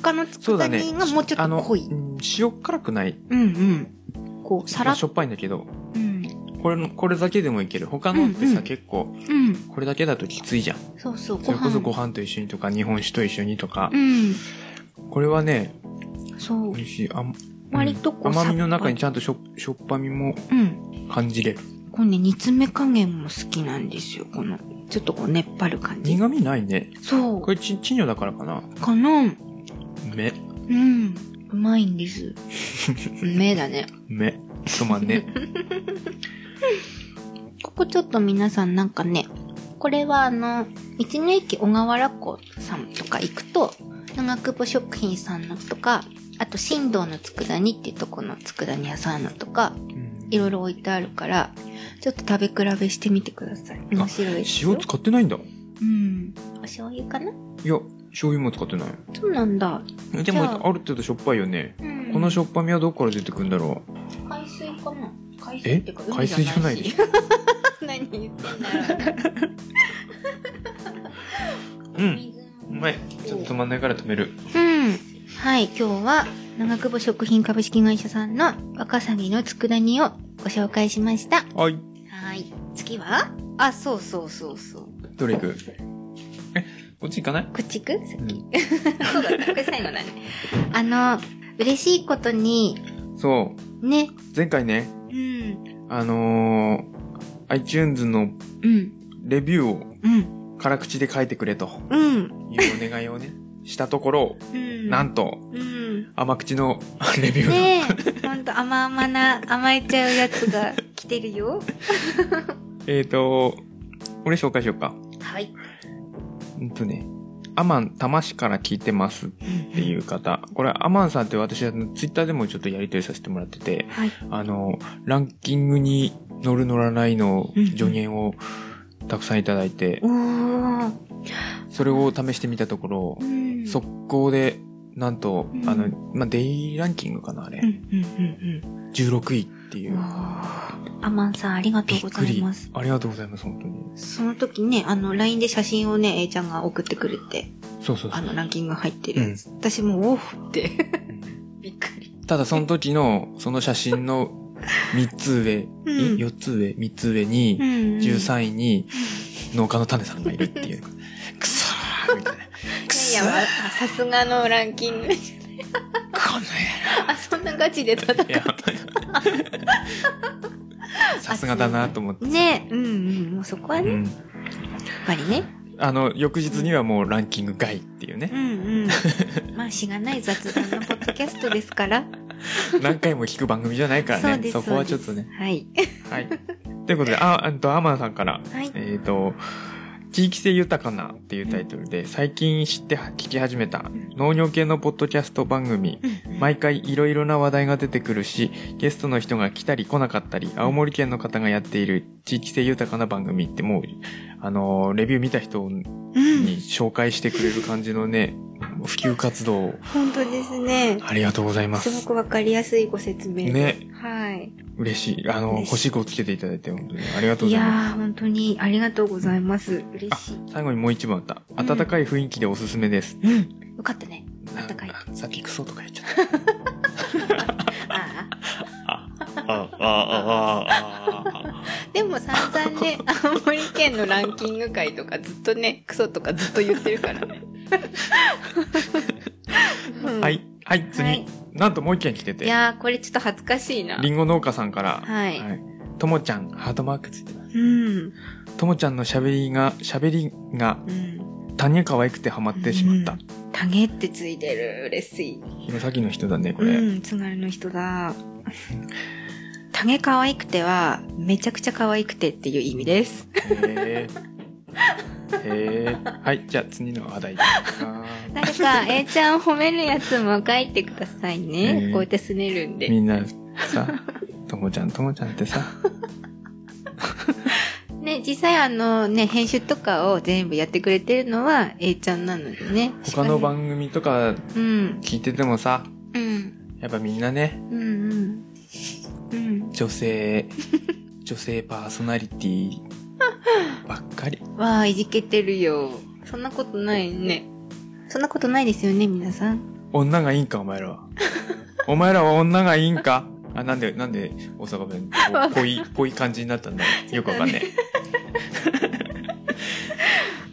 Speaker 3: 他の
Speaker 2: そう
Speaker 3: 佃
Speaker 2: だね
Speaker 3: 煮がもうちょ
Speaker 2: あ
Speaker 3: っと
Speaker 2: の、
Speaker 3: 濃
Speaker 2: う
Speaker 3: い。
Speaker 2: ん塩辛くない。
Speaker 3: うんうん。こう、さ
Speaker 2: ま
Speaker 3: ら
Speaker 2: あ
Speaker 3: っ
Speaker 2: しょっぱいんだけど、
Speaker 3: うん。
Speaker 2: これの、これだけでもいける。他のってさ、
Speaker 3: うんうん
Speaker 2: 結構、
Speaker 3: うん。
Speaker 2: これだけだときついじゃん。
Speaker 3: そうそう、
Speaker 2: そ
Speaker 3: ご
Speaker 2: れこ
Speaker 3: 飯。
Speaker 2: そご飯と一緒にとか、日本酒と一緒にとか
Speaker 3: う。ん。
Speaker 2: これはね、
Speaker 3: そう
Speaker 2: 美。味しい。あん
Speaker 3: 割とこう
Speaker 2: うん甘みの中にち
Speaker 3: さ
Speaker 2: ゃんとしょしょっぱみも
Speaker 3: うん。
Speaker 2: 感じれる。
Speaker 3: このね、煮詰め加減も好きなんですよ。この、ちょっとこう、熱っ張る感じ。
Speaker 2: 苦味ないね。
Speaker 3: そ
Speaker 2: これち、チニョだからかな。
Speaker 3: う。かな
Speaker 2: め、
Speaker 3: うん。うまい んです。目だね。
Speaker 2: め、止まんね。
Speaker 3: ここちょっと皆さんなんかね、これはあの、道の駅小川原湖さんとか行くと、長久保食品さんのとか、あと新道の佃煮っていうとこの佃煮屋さんのとか、いろい
Speaker 2: ろ。
Speaker 3: ろ置いてあるから、ちょっと食べ比べしてみてください。面白いですよ。
Speaker 2: 塩使ってないんだ。い
Speaker 3: うん。お醤油かな
Speaker 2: や、醤油も使ってない。
Speaker 3: そうなんだ。
Speaker 2: で
Speaker 3: じ
Speaker 2: も
Speaker 3: ゃあ
Speaker 2: ある程度しょっぱいよね。
Speaker 3: うん
Speaker 2: このしょっぱみはどこから出てくるんだろう。
Speaker 3: 海水かな海水っ
Speaker 2: え
Speaker 3: ていうか
Speaker 2: 海水じゃないで
Speaker 3: し
Speaker 2: し
Speaker 3: 何言ってんだろ
Speaker 2: ょ。うん。うまい。ちょっと止まんないから止める。
Speaker 3: う。うん。はい、今日は長久保食品株式会社さんのワカサギの佃煮をご紹介しました。は
Speaker 2: はい。
Speaker 3: ーい。次はあ、そうそうそうそう。
Speaker 2: どれいくえ、こっち行かない
Speaker 3: こっち行く
Speaker 2: うん
Speaker 3: そうだね。これ最後だね。 あの、嬉しいことに、
Speaker 2: そう。
Speaker 3: ね。
Speaker 2: 前回ね、
Speaker 3: うん。
Speaker 2: あのー、iTunes の
Speaker 3: うん。
Speaker 2: レビューを
Speaker 3: うん。
Speaker 2: 辛口で書いてくれと
Speaker 3: うん。
Speaker 2: いうお願いをね、したところ、
Speaker 3: うん。
Speaker 2: なんと、
Speaker 3: うん。
Speaker 2: 甘口の レビューが、
Speaker 3: ねえ、ほんと甘々な、甘えちゃうやつが来てるよ。
Speaker 2: えっ、ー、と、俺紹介しようか。
Speaker 3: はい。
Speaker 2: うんとね、アマン多摩市から聞いてますって
Speaker 3: う。
Speaker 2: いう方。これ、アマンさんって私、ツイッターでもちょっとやり取りさせてもらってて、
Speaker 3: はい。
Speaker 2: あの、ランキングに乗る乗らないの
Speaker 3: うん
Speaker 2: 助言をたくさんいただいて
Speaker 3: お、ー。
Speaker 2: それを試してみたところ
Speaker 3: う、ん。
Speaker 2: 速攻で、なんと
Speaker 3: う、ん
Speaker 2: あの、まあ、デイランキングかな、あれ
Speaker 3: うん。うんうん
Speaker 2: 16位ってい
Speaker 3: うん。
Speaker 2: う。
Speaker 3: おー。アマンさん、ありが
Speaker 2: び
Speaker 3: とう
Speaker 2: っ
Speaker 3: ござ
Speaker 2: く
Speaker 3: い
Speaker 2: り
Speaker 3: ます。。
Speaker 2: ありがとうございます、本当に。
Speaker 3: その時ね、あの、LINE で写真をね、A ちゃんが送ってくれて、
Speaker 2: そうそうそ
Speaker 3: あ
Speaker 2: う。
Speaker 3: の、ランキング入ってるやつ。私も、おーって、 びっくり。
Speaker 2: ただ、その時の、その写真 の3つ上、
Speaker 3: うん
Speaker 2: 4つ上、3つ上に、
Speaker 3: ん
Speaker 2: 13位に農家の種さんがいるっていう。 くそーみたいな。く
Speaker 3: い
Speaker 2: そ
Speaker 3: やいや、ま
Speaker 2: ー
Speaker 3: あさすがのランキング。
Speaker 2: この
Speaker 3: あ、そんなガチで戦
Speaker 2: 野郎いや
Speaker 3: っ
Speaker 2: さすがだなと思って。
Speaker 3: ねうんうん。もうそこは
Speaker 2: う
Speaker 3: ね、やっ
Speaker 2: ん。
Speaker 3: ぱりね。
Speaker 2: あの、翌日にはもうランキング外っていうね
Speaker 3: う。んうん。まあ、しがない雑談のポッドキャストですから。
Speaker 2: 何回も聞く番組じゃないからね。そこはちょっとね。。
Speaker 3: はい。
Speaker 2: はい。ということで、あ、あと、アマンさんから、
Speaker 3: はい。
Speaker 2: えっ、と、地域性豊かなっていうタイトルで、最近知って聞き始めた農業系のポッドキャスト番組、毎回いろいろな話題が出てくるし、ゲストの人が来たり来なかったり、青森県の方がやっている地域性豊かな番組ってもう、あのーレビュー見た人
Speaker 3: うん
Speaker 2: に紹介してくれる感じのね、もう普及活動、
Speaker 3: 本当ですね。
Speaker 2: ありがとうございます
Speaker 3: ご
Speaker 2: す。
Speaker 3: くわかりやすいご説明。。
Speaker 2: ね、
Speaker 3: はい。
Speaker 2: 嬉しい。あの、
Speaker 3: 嬉しい
Speaker 2: 星5つけていただいて、本当にありがとう
Speaker 3: い
Speaker 2: ございます。
Speaker 3: やー、本当にありがとうございます。嬉しい。
Speaker 2: 最後にもう一番あった。
Speaker 3: ん
Speaker 2: 温かい雰囲気でおすすめです。
Speaker 3: うん。よかったね。温かい
Speaker 2: あさっきクソとか言っちゃっ
Speaker 3: ああ。
Speaker 2: た。あ、あ、あ、あ、あ。
Speaker 3: でも散々ね、 青森県のランキング会とかずっとね、クソとかずっと言ってるからね。う ん
Speaker 2: は。い、はい、次。
Speaker 3: はい
Speaker 2: なんともう一件来て
Speaker 3: い
Speaker 2: て。
Speaker 3: やー、これちょっと恥ずかしいな。
Speaker 2: りんご農家さんから。
Speaker 3: はい
Speaker 2: ともちゃん、ハートマークついてます。
Speaker 3: うん。
Speaker 2: ともちゃんの喋りが、喋りが、
Speaker 3: うん。
Speaker 2: 単に可愛くてハマってしまった。
Speaker 3: タゲってついてる。嬉しい。
Speaker 2: 弘前の人だね、これ。
Speaker 3: うん、津軽の人だ。タゲ可愛くては、めちゃくちゃ可愛くてっていう意味です。
Speaker 2: へえ。へえ。はい、じゃあ次の話題ですか。
Speaker 3: 誰か、A ちゃん褒めるやつも書いてくださいね。
Speaker 2: えー
Speaker 3: こうやってすねるんで。
Speaker 2: みんなさ、ともちゃん、ともちゃんってさ、
Speaker 3: ね、実際あのね、編集とかを全部やってくれてるのは A ちゃんなのでね。
Speaker 2: 他の番組とか
Speaker 3: うん。
Speaker 2: 聞いててもさ、
Speaker 3: うん。
Speaker 2: やっぱみんなね、
Speaker 3: うんうん。うん。
Speaker 2: 女性、 女性パーソナリティばっかり。
Speaker 3: わあ、いじけてるよ。そんなことないね。そんなことないですよね、皆さん。
Speaker 2: 女がいいんか、お前ら は。お前らは女がいいんかあ、なんで、なんで大阪弁
Speaker 3: わかんな
Speaker 2: こ
Speaker 3: いう
Speaker 2: ぽ い、ぽい感じになったんだよくわかんね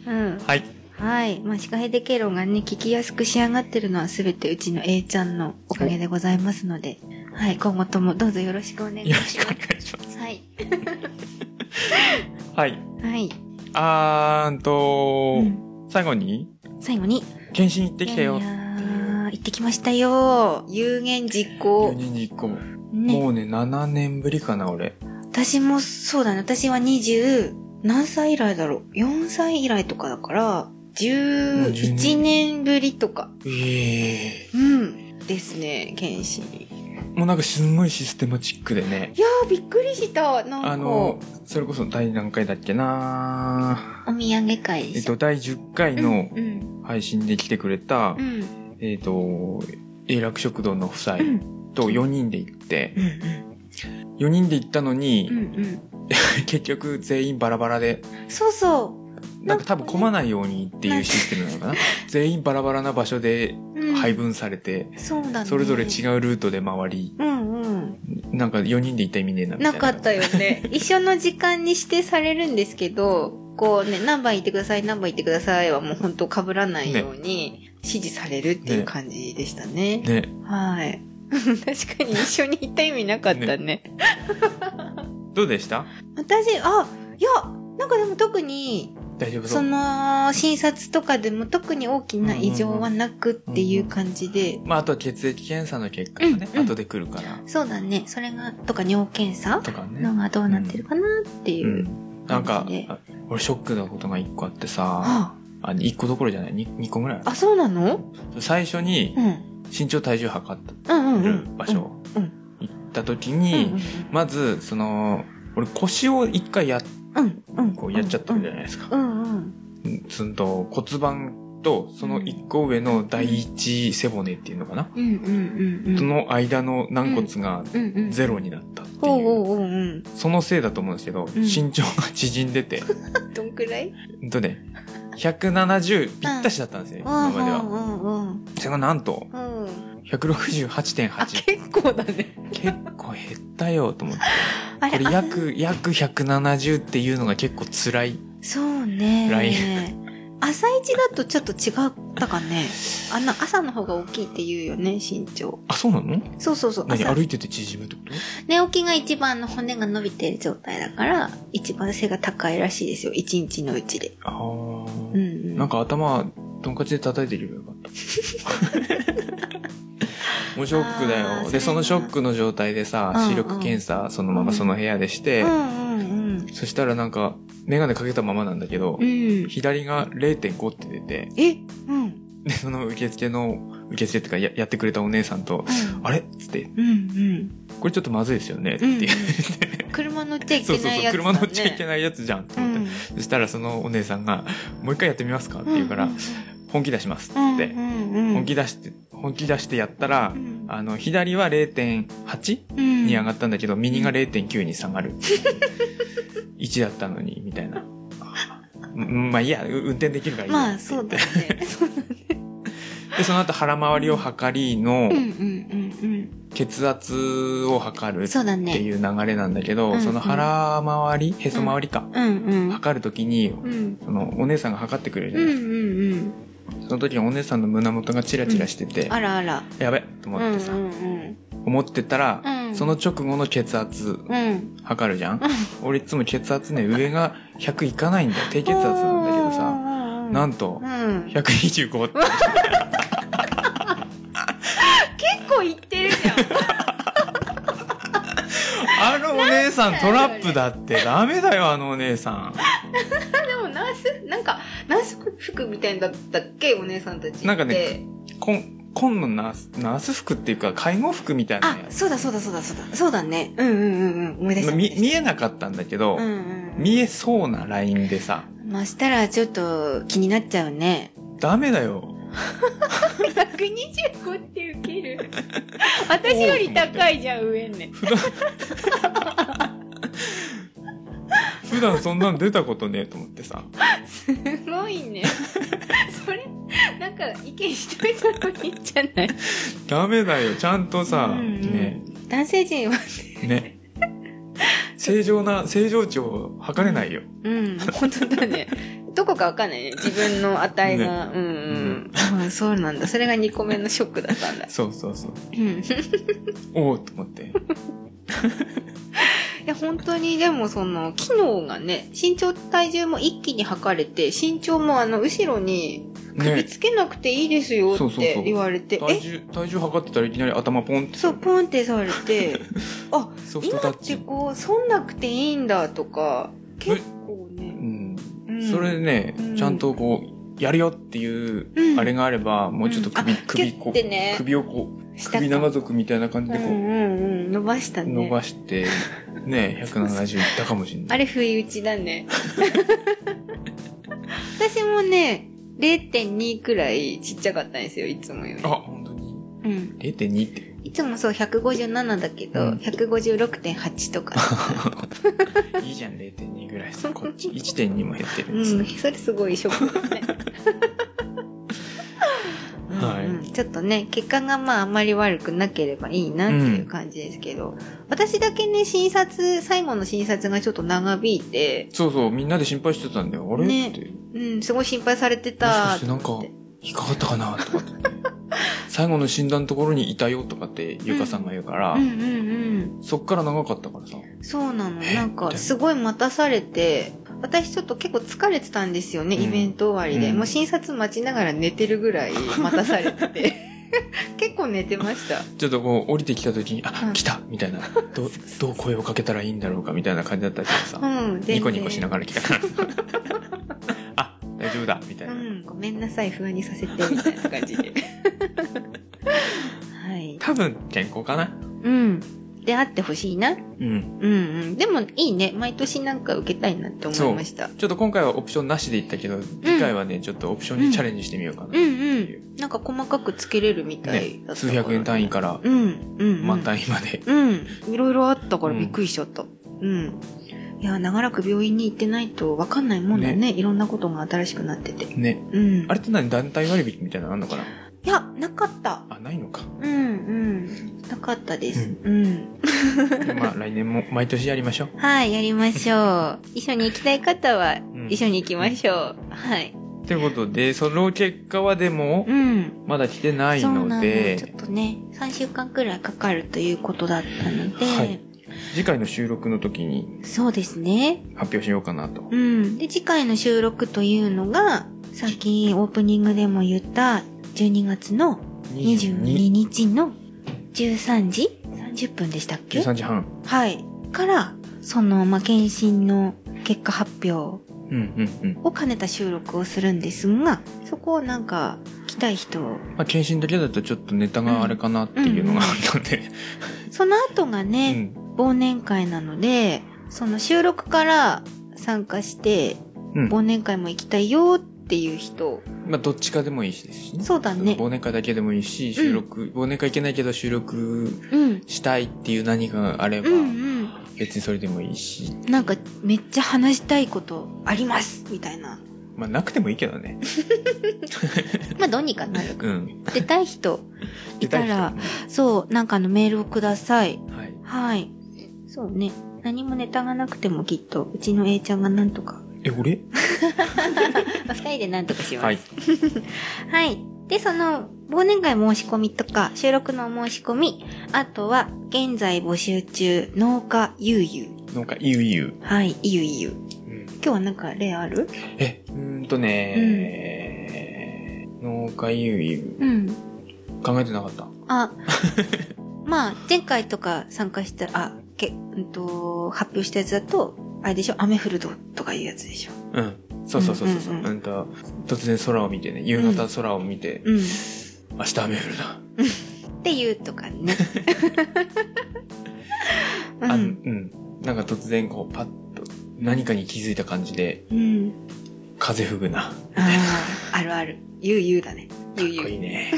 Speaker 3: うん
Speaker 2: え。。はい。
Speaker 3: はい。まあ、シカヘデケロがね、聞きやすく仕上がってるのはすべてうちの A ちゃんのおかげでございますので、はい。今後ともどうぞよろしくお願い
Speaker 2: よろし
Speaker 3: し
Speaker 2: くお
Speaker 3: ま。
Speaker 2: 願いします
Speaker 3: はい。
Speaker 2: す。はい。
Speaker 3: はい。
Speaker 2: あーんと、
Speaker 3: うん
Speaker 2: 最後に、
Speaker 3: 最後に、
Speaker 2: 検診行ってきたよ。
Speaker 3: いやー行ってきましたよ。有言実
Speaker 2: 4
Speaker 3: 行。
Speaker 2: 人に1個。
Speaker 3: ね。
Speaker 2: もうね、7年ぶりかな、俺。
Speaker 3: 私もそうだね。私は20、何歳以来だろう。4歳以来とかだから、11年ぶりとか。
Speaker 2: ええ
Speaker 3: うん。ですね、剣士。い
Speaker 2: もうなんかすんごいシステマチックでね。
Speaker 3: やー、びっくりした。なんか、
Speaker 2: あの、それこそ第何回だっけな
Speaker 3: お土産会
Speaker 2: え
Speaker 3: で
Speaker 2: っ
Speaker 3: した。
Speaker 2: と、第10回の
Speaker 3: うん。
Speaker 2: 配信で来てくれた
Speaker 3: う、ん。
Speaker 2: えっと、永楽食堂の夫妻
Speaker 3: うん。
Speaker 2: と4人で行って
Speaker 3: う、ん。
Speaker 2: 4人で行ったの
Speaker 3: うん。
Speaker 2: に、
Speaker 3: うん。
Speaker 2: 結局全員バラバラで、
Speaker 3: そうそ
Speaker 2: なんか多分混まないようにっていうシステムなのかな。 全員バラバラな場所で
Speaker 3: う。うん、
Speaker 2: 配。分されて、
Speaker 3: そうだね。
Speaker 2: それぞれ違うルートで回り、
Speaker 3: うんうん。
Speaker 2: なんか4人で行った意味ねえなみたい
Speaker 3: な
Speaker 2: な。
Speaker 3: かったよね。一緒の時間に指定されるんですけど、こうね、何番行ってください、何番行ってくださいはもう本当被らないように指示されるっていう感じでしたね。
Speaker 2: ね。
Speaker 3: はい。 確かに一緒に行った意味なかったね。
Speaker 2: どうでした
Speaker 3: 私、あ、いや、なんかでも特に、
Speaker 2: 大丈夫そ
Speaker 3: そうの、診察とかでも特に大きな異常はなくっていう感じで、
Speaker 2: まあ、あとは血液検査の結果がね、
Speaker 3: うんうん
Speaker 2: 後で来るから、
Speaker 3: そうだね。それが、とか尿検査
Speaker 2: とか
Speaker 3: の
Speaker 2: ね。
Speaker 3: がどうなってるかなっていうう。
Speaker 2: ん。なんか
Speaker 3: 感じで、
Speaker 2: あ俺ショックなことが1個あってさ、
Speaker 3: あ
Speaker 2: あ、1個どころじゃない 2, 個ぐらいあ
Speaker 3: あ、そうなの
Speaker 2: る。最初に
Speaker 3: うん。
Speaker 2: 身長体重測って
Speaker 3: うんうん、うん。
Speaker 2: る場所
Speaker 3: うんう
Speaker 2: 行った時
Speaker 3: うん。
Speaker 2: に、
Speaker 3: うん
Speaker 2: まず、その、俺腰を一回やっ、
Speaker 3: うんうん。
Speaker 2: こうやっちゃってるじゃないですか。
Speaker 3: うんうん。
Speaker 2: そのと骨盤とその一個上の第一背骨っていうのかな、
Speaker 3: うんうんうんうん。
Speaker 2: その間の軟骨が
Speaker 3: うんうん。
Speaker 2: ゼロになったって
Speaker 3: おう
Speaker 2: いう、
Speaker 3: おうおううん。
Speaker 2: そのせいだと思うんですけど、
Speaker 3: ん
Speaker 2: 身長が縮んでて、
Speaker 3: どんくらい
Speaker 2: うんとね、170ぴったしだったんですね、今まで
Speaker 3: う
Speaker 2: は。
Speaker 3: んうん
Speaker 2: それがなんと、
Speaker 3: うんうん。あ、
Speaker 2: 168.8。
Speaker 3: 結構だね。
Speaker 2: 結構減ったよ、と思って。
Speaker 3: あ
Speaker 2: こ
Speaker 3: れ、
Speaker 2: れ
Speaker 3: あ
Speaker 2: 約、 約170っていうのが結構辛い。
Speaker 3: そうね。
Speaker 2: ライ
Speaker 3: 朝一だとちょっと違ったかね。あの、朝の方が大きいって言うよね、身長。
Speaker 2: あ、そうなの
Speaker 3: そうそうそう。
Speaker 2: 何
Speaker 3: 朝
Speaker 2: 歩いてて縮むってこと
Speaker 3: 寝起きが一番の骨が伸びてる状態だから、一番背が高いらしいですよ、一日のうちで。
Speaker 2: あー
Speaker 3: う。ん、うん。
Speaker 2: なんか頭、トンカチで叩いてればよかった。 もうショックだ
Speaker 3: あ
Speaker 2: よ。
Speaker 3: ーそれ
Speaker 2: で、
Speaker 3: は
Speaker 2: そのショックの状態でさ
Speaker 3: うんう、ん
Speaker 2: 視力検査、そのままその部屋でして
Speaker 3: う、んうん
Speaker 2: そしたらなんか、メガネかけたままなんだけど
Speaker 3: うん。う、ん。
Speaker 2: 左が0.5って出て、
Speaker 3: えうん。
Speaker 2: で、その受付の、受付ってかややってくれたお姉さんと、あれっつって、
Speaker 3: うんうん。
Speaker 2: これちょっとまずいですよねって
Speaker 3: うん
Speaker 2: 言って、
Speaker 3: 車乗っちゃい
Speaker 2: そう
Speaker 3: け
Speaker 2: そう
Speaker 3: ない
Speaker 2: そう、
Speaker 3: やつだ、ね。
Speaker 2: 車乗っちゃいけないやつじゃんと思って、
Speaker 3: うん
Speaker 2: そしたらそのお姉さんが、もう一回やってみますかって言うから、
Speaker 3: うん
Speaker 2: 本気出しますっ
Speaker 3: うん
Speaker 2: つって、
Speaker 3: うん
Speaker 2: 本気出して、本気出してやったら、
Speaker 3: うん
Speaker 2: あの、左は 0.8?
Speaker 3: うん
Speaker 2: に上がったんだけど、右が0.9に下がる。1だったのに、みたい な。うんまあいいや、う運転できるからいいや
Speaker 3: まあそうだね。
Speaker 2: で、その後腹回りを測りの
Speaker 3: うんうんうん
Speaker 2: 血圧を測
Speaker 3: う
Speaker 2: る
Speaker 3: ん。
Speaker 2: っ
Speaker 3: そうだね。
Speaker 2: ていう流れなんだけど、
Speaker 3: うん
Speaker 2: その腹回り、へそ回りか、
Speaker 3: うんうん。
Speaker 2: 測るときに、
Speaker 3: うん
Speaker 2: そのお姉さんが測ってくれるじ
Speaker 3: う
Speaker 2: ゃ
Speaker 3: ん
Speaker 2: な
Speaker 3: う
Speaker 2: いですか。その
Speaker 3: んうん。
Speaker 2: 時にお姉さんの胸元がチラチラしてて、
Speaker 3: あらあら。
Speaker 2: やべっと思
Speaker 3: うんう
Speaker 2: っ
Speaker 3: ん
Speaker 2: てさ、思ってたら、
Speaker 3: うん
Speaker 2: その直後の血圧
Speaker 3: うん。うん。
Speaker 2: 測るじゃん、俺いつも血圧ね、上が100いかないんだよ。低血圧なんだけどさ、
Speaker 3: さ
Speaker 2: なんと
Speaker 3: う、ん。
Speaker 2: 125って。
Speaker 3: 結構いってるじゃん。
Speaker 2: あのお姉さんトラップだってダメだよ、あのお姉さん。
Speaker 3: でもナース、なんか、ナース服みたいだったっけお姉さんたちって。
Speaker 2: なんかね、こん、今のナース、ナース服っていうか、介護服みたいな
Speaker 3: あ
Speaker 2: や、つ。
Speaker 3: そうだそうだそうだそうだ。そうだね。うんうんうんうん。思い出した。
Speaker 2: まあ見、見えなかったんだけど、
Speaker 3: うんうんうん。
Speaker 2: 見えそうなラインでさ、
Speaker 3: まあしたらちょっと気になっちゃう ね。
Speaker 2: ダメだよ。
Speaker 3: 125って受ける。私より高いじゃん、上 ね。
Speaker 2: 普段、普段そんなん出たことねえと思ってさ。
Speaker 3: すごいね。それ、なんか意見しといた方がいいんじゃない
Speaker 2: ダメだよ、ちゃんとさ、
Speaker 3: うんうん
Speaker 2: ね、
Speaker 3: 男性陣は、
Speaker 2: ね。正常な、正常値を測れないよ。
Speaker 3: うん、本当だ ね。どこかわかんないね。自分の値が。うんうん、うん。そうなんだ。それが2個目のショックだったんだ。
Speaker 2: そうそうそう。
Speaker 3: うん。
Speaker 2: おおと思って。
Speaker 3: いや、本当に、でもその、機能がね、身長体重も一気に測れて、身長もあの、後ろに、首
Speaker 2: ね。
Speaker 3: つけなくていいですよ
Speaker 2: そう
Speaker 3: っ
Speaker 2: そうそ
Speaker 3: て
Speaker 2: う
Speaker 3: 言われて、
Speaker 2: 体重、体重測ってたらいきなり頭ポンって
Speaker 3: え、そう、ポンってされ て、あ、
Speaker 2: ソフトタッ
Speaker 3: 今って
Speaker 2: チ。
Speaker 3: こう、そんなくていいんだとか、結構
Speaker 2: う
Speaker 3: ね。
Speaker 2: ん。
Speaker 3: うん
Speaker 2: それで、ね、
Speaker 3: うん
Speaker 2: ちゃんとこう、やるよっていう、
Speaker 3: うん
Speaker 2: あれがあれば、もうちょっと首、
Speaker 3: うんあ
Speaker 2: 首
Speaker 3: キュ
Speaker 2: こ
Speaker 3: ッてね
Speaker 2: う、首をこう、
Speaker 3: 下か
Speaker 2: 首長族みたいな感じで
Speaker 3: うん
Speaker 2: こ
Speaker 3: う
Speaker 2: う、
Speaker 3: んうん、伸ばしたね。
Speaker 2: 伸ばして、ね、170いったかもしれな
Speaker 3: あ
Speaker 2: い。
Speaker 3: れ不意打ち だね。私もね、0.2くらいちっちゃかったんですよ、いつもより。
Speaker 2: 本当に。
Speaker 3: うん。
Speaker 2: 0.2って。
Speaker 3: いつもそう157だけど、
Speaker 2: うん
Speaker 3: 156.8とか。
Speaker 2: いいじゃん、0.2ぐらいさ。こっち1.2も減ってる
Speaker 3: うん
Speaker 2: です
Speaker 3: ん、
Speaker 2: ね。
Speaker 3: それすごいショックだね。
Speaker 2: はい
Speaker 3: うんうんちょっとね、血管がまああんまり悪くなければいいなっていう感じですけど、私だけね、診察、最後の診察がちょっと長引いて、
Speaker 2: そうそう、みんなで心配してたんだよ。あれ、
Speaker 3: ね
Speaker 2: って。
Speaker 3: うん、すごい心配されて
Speaker 2: もしか
Speaker 3: た
Speaker 2: してなん
Speaker 3: と
Speaker 2: か
Speaker 3: 思って。、
Speaker 2: 引っかかったかなとかって。最後の診断のところにいたよとかって、ゆかさんが言うから、
Speaker 3: うんうんうん。
Speaker 2: そっから長かったからさ。
Speaker 3: そうなの。
Speaker 2: え
Speaker 3: なん
Speaker 2: み
Speaker 3: か、
Speaker 2: たいな
Speaker 3: すごい待たされて、私ちょっと結構疲れてたんですよね、
Speaker 2: うん
Speaker 3: イベント終わりで。
Speaker 2: うん
Speaker 3: もう診察待ちながら寝てる ぐらい待たされてて。 結構寝てました。
Speaker 2: ちょっとこう、降りてきた時に、あ、
Speaker 3: うん
Speaker 2: 来たみたいな。ど う、どう声をかけたらいいんだろうかみたいな感じだったけど
Speaker 3: う
Speaker 2: さ。
Speaker 3: ん、全 然
Speaker 2: ニコニコしながら来た から。あ、大丈夫だみたいな。
Speaker 3: うん、ごめんなさい、不安にさせて、みたいな感じ で。はい。
Speaker 2: 多分、健康かな
Speaker 3: うん。であってほしいな。
Speaker 2: うん。
Speaker 3: うんうん。でもいいね。毎年なんか受けたいなって思いました。
Speaker 2: ちょっと今回はオプションなしでいったけど、次回はね、ちょっとオプションにチャレンジしてみようかな。
Speaker 3: うんうん。なんか細かくつけれるみたい
Speaker 2: ね
Speaker 3: だったか
Speaker 2: 数
Speaker 3: ら、
Speaker 2: 百円単位から
Speaker 3: うんうん、うん。
Speaker 2: 万単位まで。
Speaker 3: うん。いろいろあったからびっくりしちゃった。うん。いや、長らく病院に行ってないと分かんないもんだね。いろんなことが新しくなってて。
Speaker 2: ね。
Speaker 3: うん。
Speaker 2: あれって何団体割引みたいなのあんのかない
Speaker 3: や、なかった。
Speaker 2: あ、ないのか。
Speaker 3: うんうん。なかったです。うん。
Speaker 2: でまあ、来年 も毎年やりましょう。
Speaker 3: はい、やりましょう。一緒に行きたい方は、
Speaker 2: ん
Speaker 3: 一緒に行きましょう。はい。
Speaker 2: ということで、その結果はでも
Speaker 3: う、ん。
Speaker 2: まだ来てない
Speaker 3: そう
Speaker 2: の
Speaker 3: なの。ちょ
Speaker 2: で
Speaker 3: っ、とね、3週間くらいかかるということだったので、
Speaker 2: はい次回の収録の時に
Speaker 3: そうですね。
Speaker 2: 発表しようかなと。
Speaker 3: うん。で、次回の収録というのが、さっきオープニングでも言った、12月の22日の13時30分でしたっけ
Speaker 2: 13時半。
Speaker 3: はい。から、その、まあ、検診の結果発表
Speaker 2: うんうん
Speaker 3: を兼ねた収録をするんですが、そこをなんか、来たい人を
Speaker 2: うん。まあ、検診だけだとちょっとネタがあれかなっていうのがあったので。
Speaker 3: その後が
Speaker 2: う
Speaker 3: ね、
Speaker 2: ん。
Speaker 3: 忘年会なので、その収録から参加して、
Speaker 2: うん。
Speaker 3: 忘年会も行きたいよっていう人
Speaker 2: まあ、どっちかでもいいしですしね。
Speaker 3: そうだね
Speaker 2: 忘年会だけでもいいし、収録、忘年会行けないけど収録
Speaker 3: うん。
Speaker 2: したいっていう何かがあれば
Speaker 3: う、ん
Speaker 2: 別にそれでもいいし、
Speaker 3: うん。なんか、めっちゃ話したいことありますみたいな。
Speaker 2: まあ、なくてもいいけどね。
Speaker 3: まあ、どうにかなる。
Speaker 2: うん。
Speaker 3: 出たい人、いたら、
Speaker 2: 出
Speaker 3: そう、なんかあのメールをください。
Speaker 2: 人はねはい。
Speaker 3: はい。そうね。何もネタがなくてもきっと、うちの A ちゃんがなんとか。
Speaker 2: え、俺
Speaker 3: まあ二人でなんとかします。
Speaker 2: はい。
Speaker 3: はい。で、その、忘年会申し込みとか、収録の申し込み、あとは、現在募集中、農家ゆうゆう。
Speaker 2: なんか、ゆうゆう。
Speaker 3: はい、ゆうゆう。今日はなんか例ある
Speaker 2: え、うーんとね、農家ゆうゆ
Speaker 3: うん。
Speaker 2: う。考えてなかった。
Speaker 3: あ、まあ、前回とか参加したら、あ、け、うんと、発表したやつだと、あれでしょ、雨降ると、とかいうやつでしょ。
Speaker 2: うん。そうそうそうそうそう。
Speaker 3: うんうんうん
Speaker 2: うんと、突然空を見てね、夕方空を見て、
Speaker 3: うん。っ
Speaker 2: 明日雨降るな。
Speaker 3: ていうとかね。う。
Speaker 2: あのうんん。なんか突然こう、パッと何かに気づいた感じで、
Speaker 3: うん。
Speaker 2: 風吹ぐな。
Speaker 3: ああ、あるある。ゆうゆうだね。
Speaker 2: か
Speaker 3: ゆ
Speaker 2: っ
Speaker 3: うゆ。
Speaker 2: こいういね。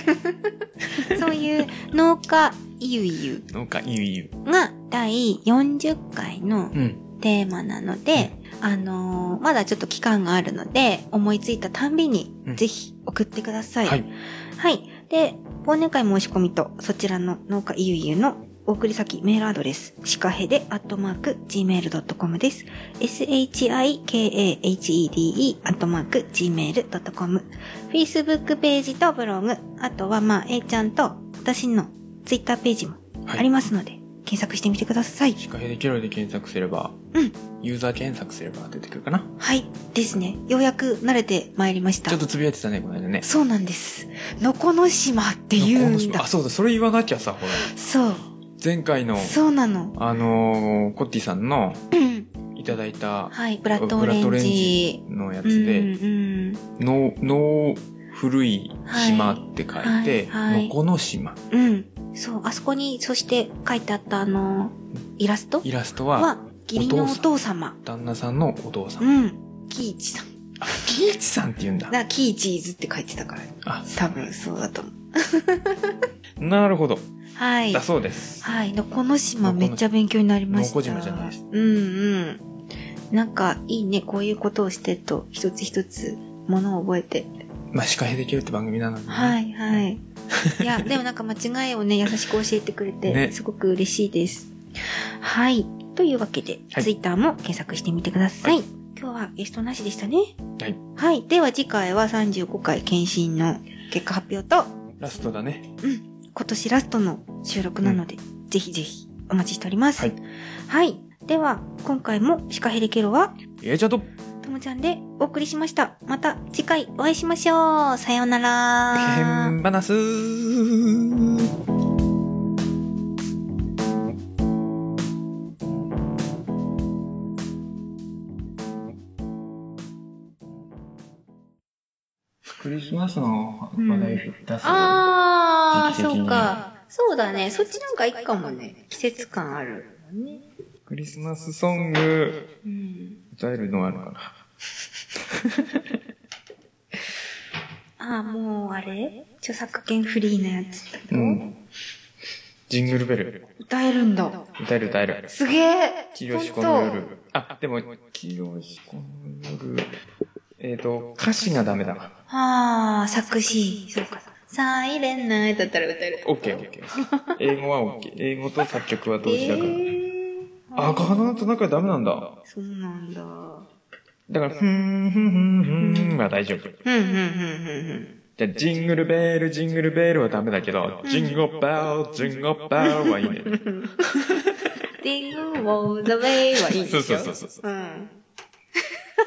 Speaker 3: そういう、農家ゆうゆう。
Speaker 2: 農家ゆうゆ
Speaker 3: が第40回の
Speaker 2: う。うん。
Speaker 3: テーマなので、あのーまだちょっと期間があるので、思いついたたんびに
Speaker 2: う、ん
Speaker 3: ぜひ送ってください。
Speaker 2: はい。
Speaker 3: はい。で、忘年会申し込みと、そちらの農家ゆうゆうのお送り先メールアドレス、シカヘデアットマーク gmail.com です。shikahede アットマーク gmail.com。Facebook ページとブログ、あとはまあ、A ちゃんと私の Twitter ページも
Speaker 2: はい
Speaker 3: ありますので、検索してみてください。
Speaker 2: シカヘデキロで検索すれば、
Speaker 3: うん
Speaker 2: ユーザー検索すれば出てくるかな。
Speaker 3: はい。ですね。ようやく慣れてまいりました
Speaker 2: ちょっ。とつぶやいてたね、この間ね。
Speaker 3: そうなんです。のこの島って言うんだ
Speaker 2: あ、。そうだ、それ言わなきゃさ、ほら。
Speaker 3: そう。
Speaker 2: 前回の、
Speaker 3: そうなの。
Speaker 2: あのーコッティさんの
Speaker 3: うん
Speaker 2: いただいた
Speaker 3: はい。ブラッドオレ
Speaker 2: ブラッ
Speaker 3: ンジ。
Speaker 2: ドオレンジのや
Speaker 3: うん
Speaker 2: つで、
Speaker 3: うん
Speaker 2: の、の、古い島って書いて、
Speaker 3: はいはい
Speaker 2: のこの島。
Speaker 3: うん。そう。あそこに、そして書いてあったあの、イラスト
Speaker 2: イラスト
Speaker 3: は
Speaker 2: は、、
Speaker 3: 義理のお父様。
Speaker 2: 旦那さんのお父さん。
Speaker 3: うん。キイチさん。
Speaker 2: あ、キイチさんって言うんだ
Speaker 3: だか。らキイチーズって書いてたから、
Speaker 2: あ、
Speaker 3: 多分そうだと思う。
Speaker 2: なるほど。
Speaker 3: はい
Speaker 2: だ。そうです。
Speaker 3: はい。のこの島
Speaker 2: のこの
Speaker 3: めっちゃ勉強になりました。
Speaker 2: のこ島じゃないです
Speaker 3: うんうん。なんか、いいね。こういうことをしてると、一つ一つ、ものを覚えて。
Speaker 2: まあ、司会できるって番組なので、ね。
Speaker 3: はいはい。いや、でもなんか間違いをね、優しく教えてくれて、
Speaker 2: ね
Speaker 3: すごく嬉しいです。はい。というわけで、
Speaker 2: はい
Speaker 3: ツイッターも検索してみてください。
Speaker 2: は
Speaker 3: 今日はゲストなしでしたね。
Speaker 2: はい。
Speaker 3: はい。では次回は35回検診の結果発表と、
Speaker 2: ラストだね。
Speaker 3: 今年ラストの収録なので、ぜひぜひお待ちしております。
Speaker 2: はい。
Speaker 3: はい。では、今回もシカヘレケロは、
Speaker 2: えー、ちょっと、
Speaker 3: ともちゃんでお送りしました。また次回お会いしましょう。さようなら。
Speaker 2: 変話すクリスマスの話題出す、
Speaker 3: あ
Speaker 2: 時
Speaker 3: ー、
Speaker 2: 期的に
Speaker 3: そうか。そうだね。そっちなんかいいかもね。季節感ある。
Speaker 2: クリスマスソング
Speaker 3: うん。
Speaker 2: 歌えるのあるかな
Speaker 3: あー、もうあれ著作権フリーなやつだけ
Speaker 2: う
Speaker 3: ど。
Speaker 2: ん。ジングルベル。
Speaker 3: 歌えるんだ。
Speaker 2: 歌える歌える。
Speaker 3: すげえ。
Speaker 2: 黄色しこの
Speaker 3: ほんと
Speaker 2: 夜。あ、でも、黄色しこの夜。えっ、と、歌詞がダメだな。
Speaker 3: あー、作詞。そうか。サイレンナイトだったら歌える。
Speaker 2: オッケーオッケー。英語はオッケー。英語と作曲は同時だから。
Speaker 3: えー、
Speaker 2: あ、ガーナーと仲ダメなんだ。
Speaker 3: そうなんだ。うん
Speaker 2: だから、ふんふんふんふんは大丈夫。
Speaker 3: うんうんうん
Speaker 2: じゃあ、ジングルベール、ジングルベールはダメだけど、ジンゴベル、ジンゴベルはいいね。
Speaker 3: うん。で、もう、ザベイはいいんでし
Speaker 2: そ
Speaker 3: ょ
Speaker 2: うそうそうそう。
Speaker 3: うん。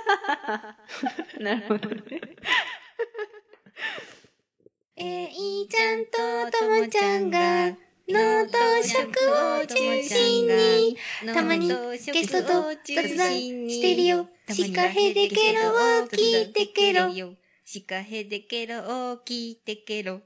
Speaker 3: なるほどね。えいちゃんとともちゃんが、脳と食を中心に、たまにゲストと雑談してるよ。シカヘデケロを聞いてケロ。シカヘデケロを聞いてケロ。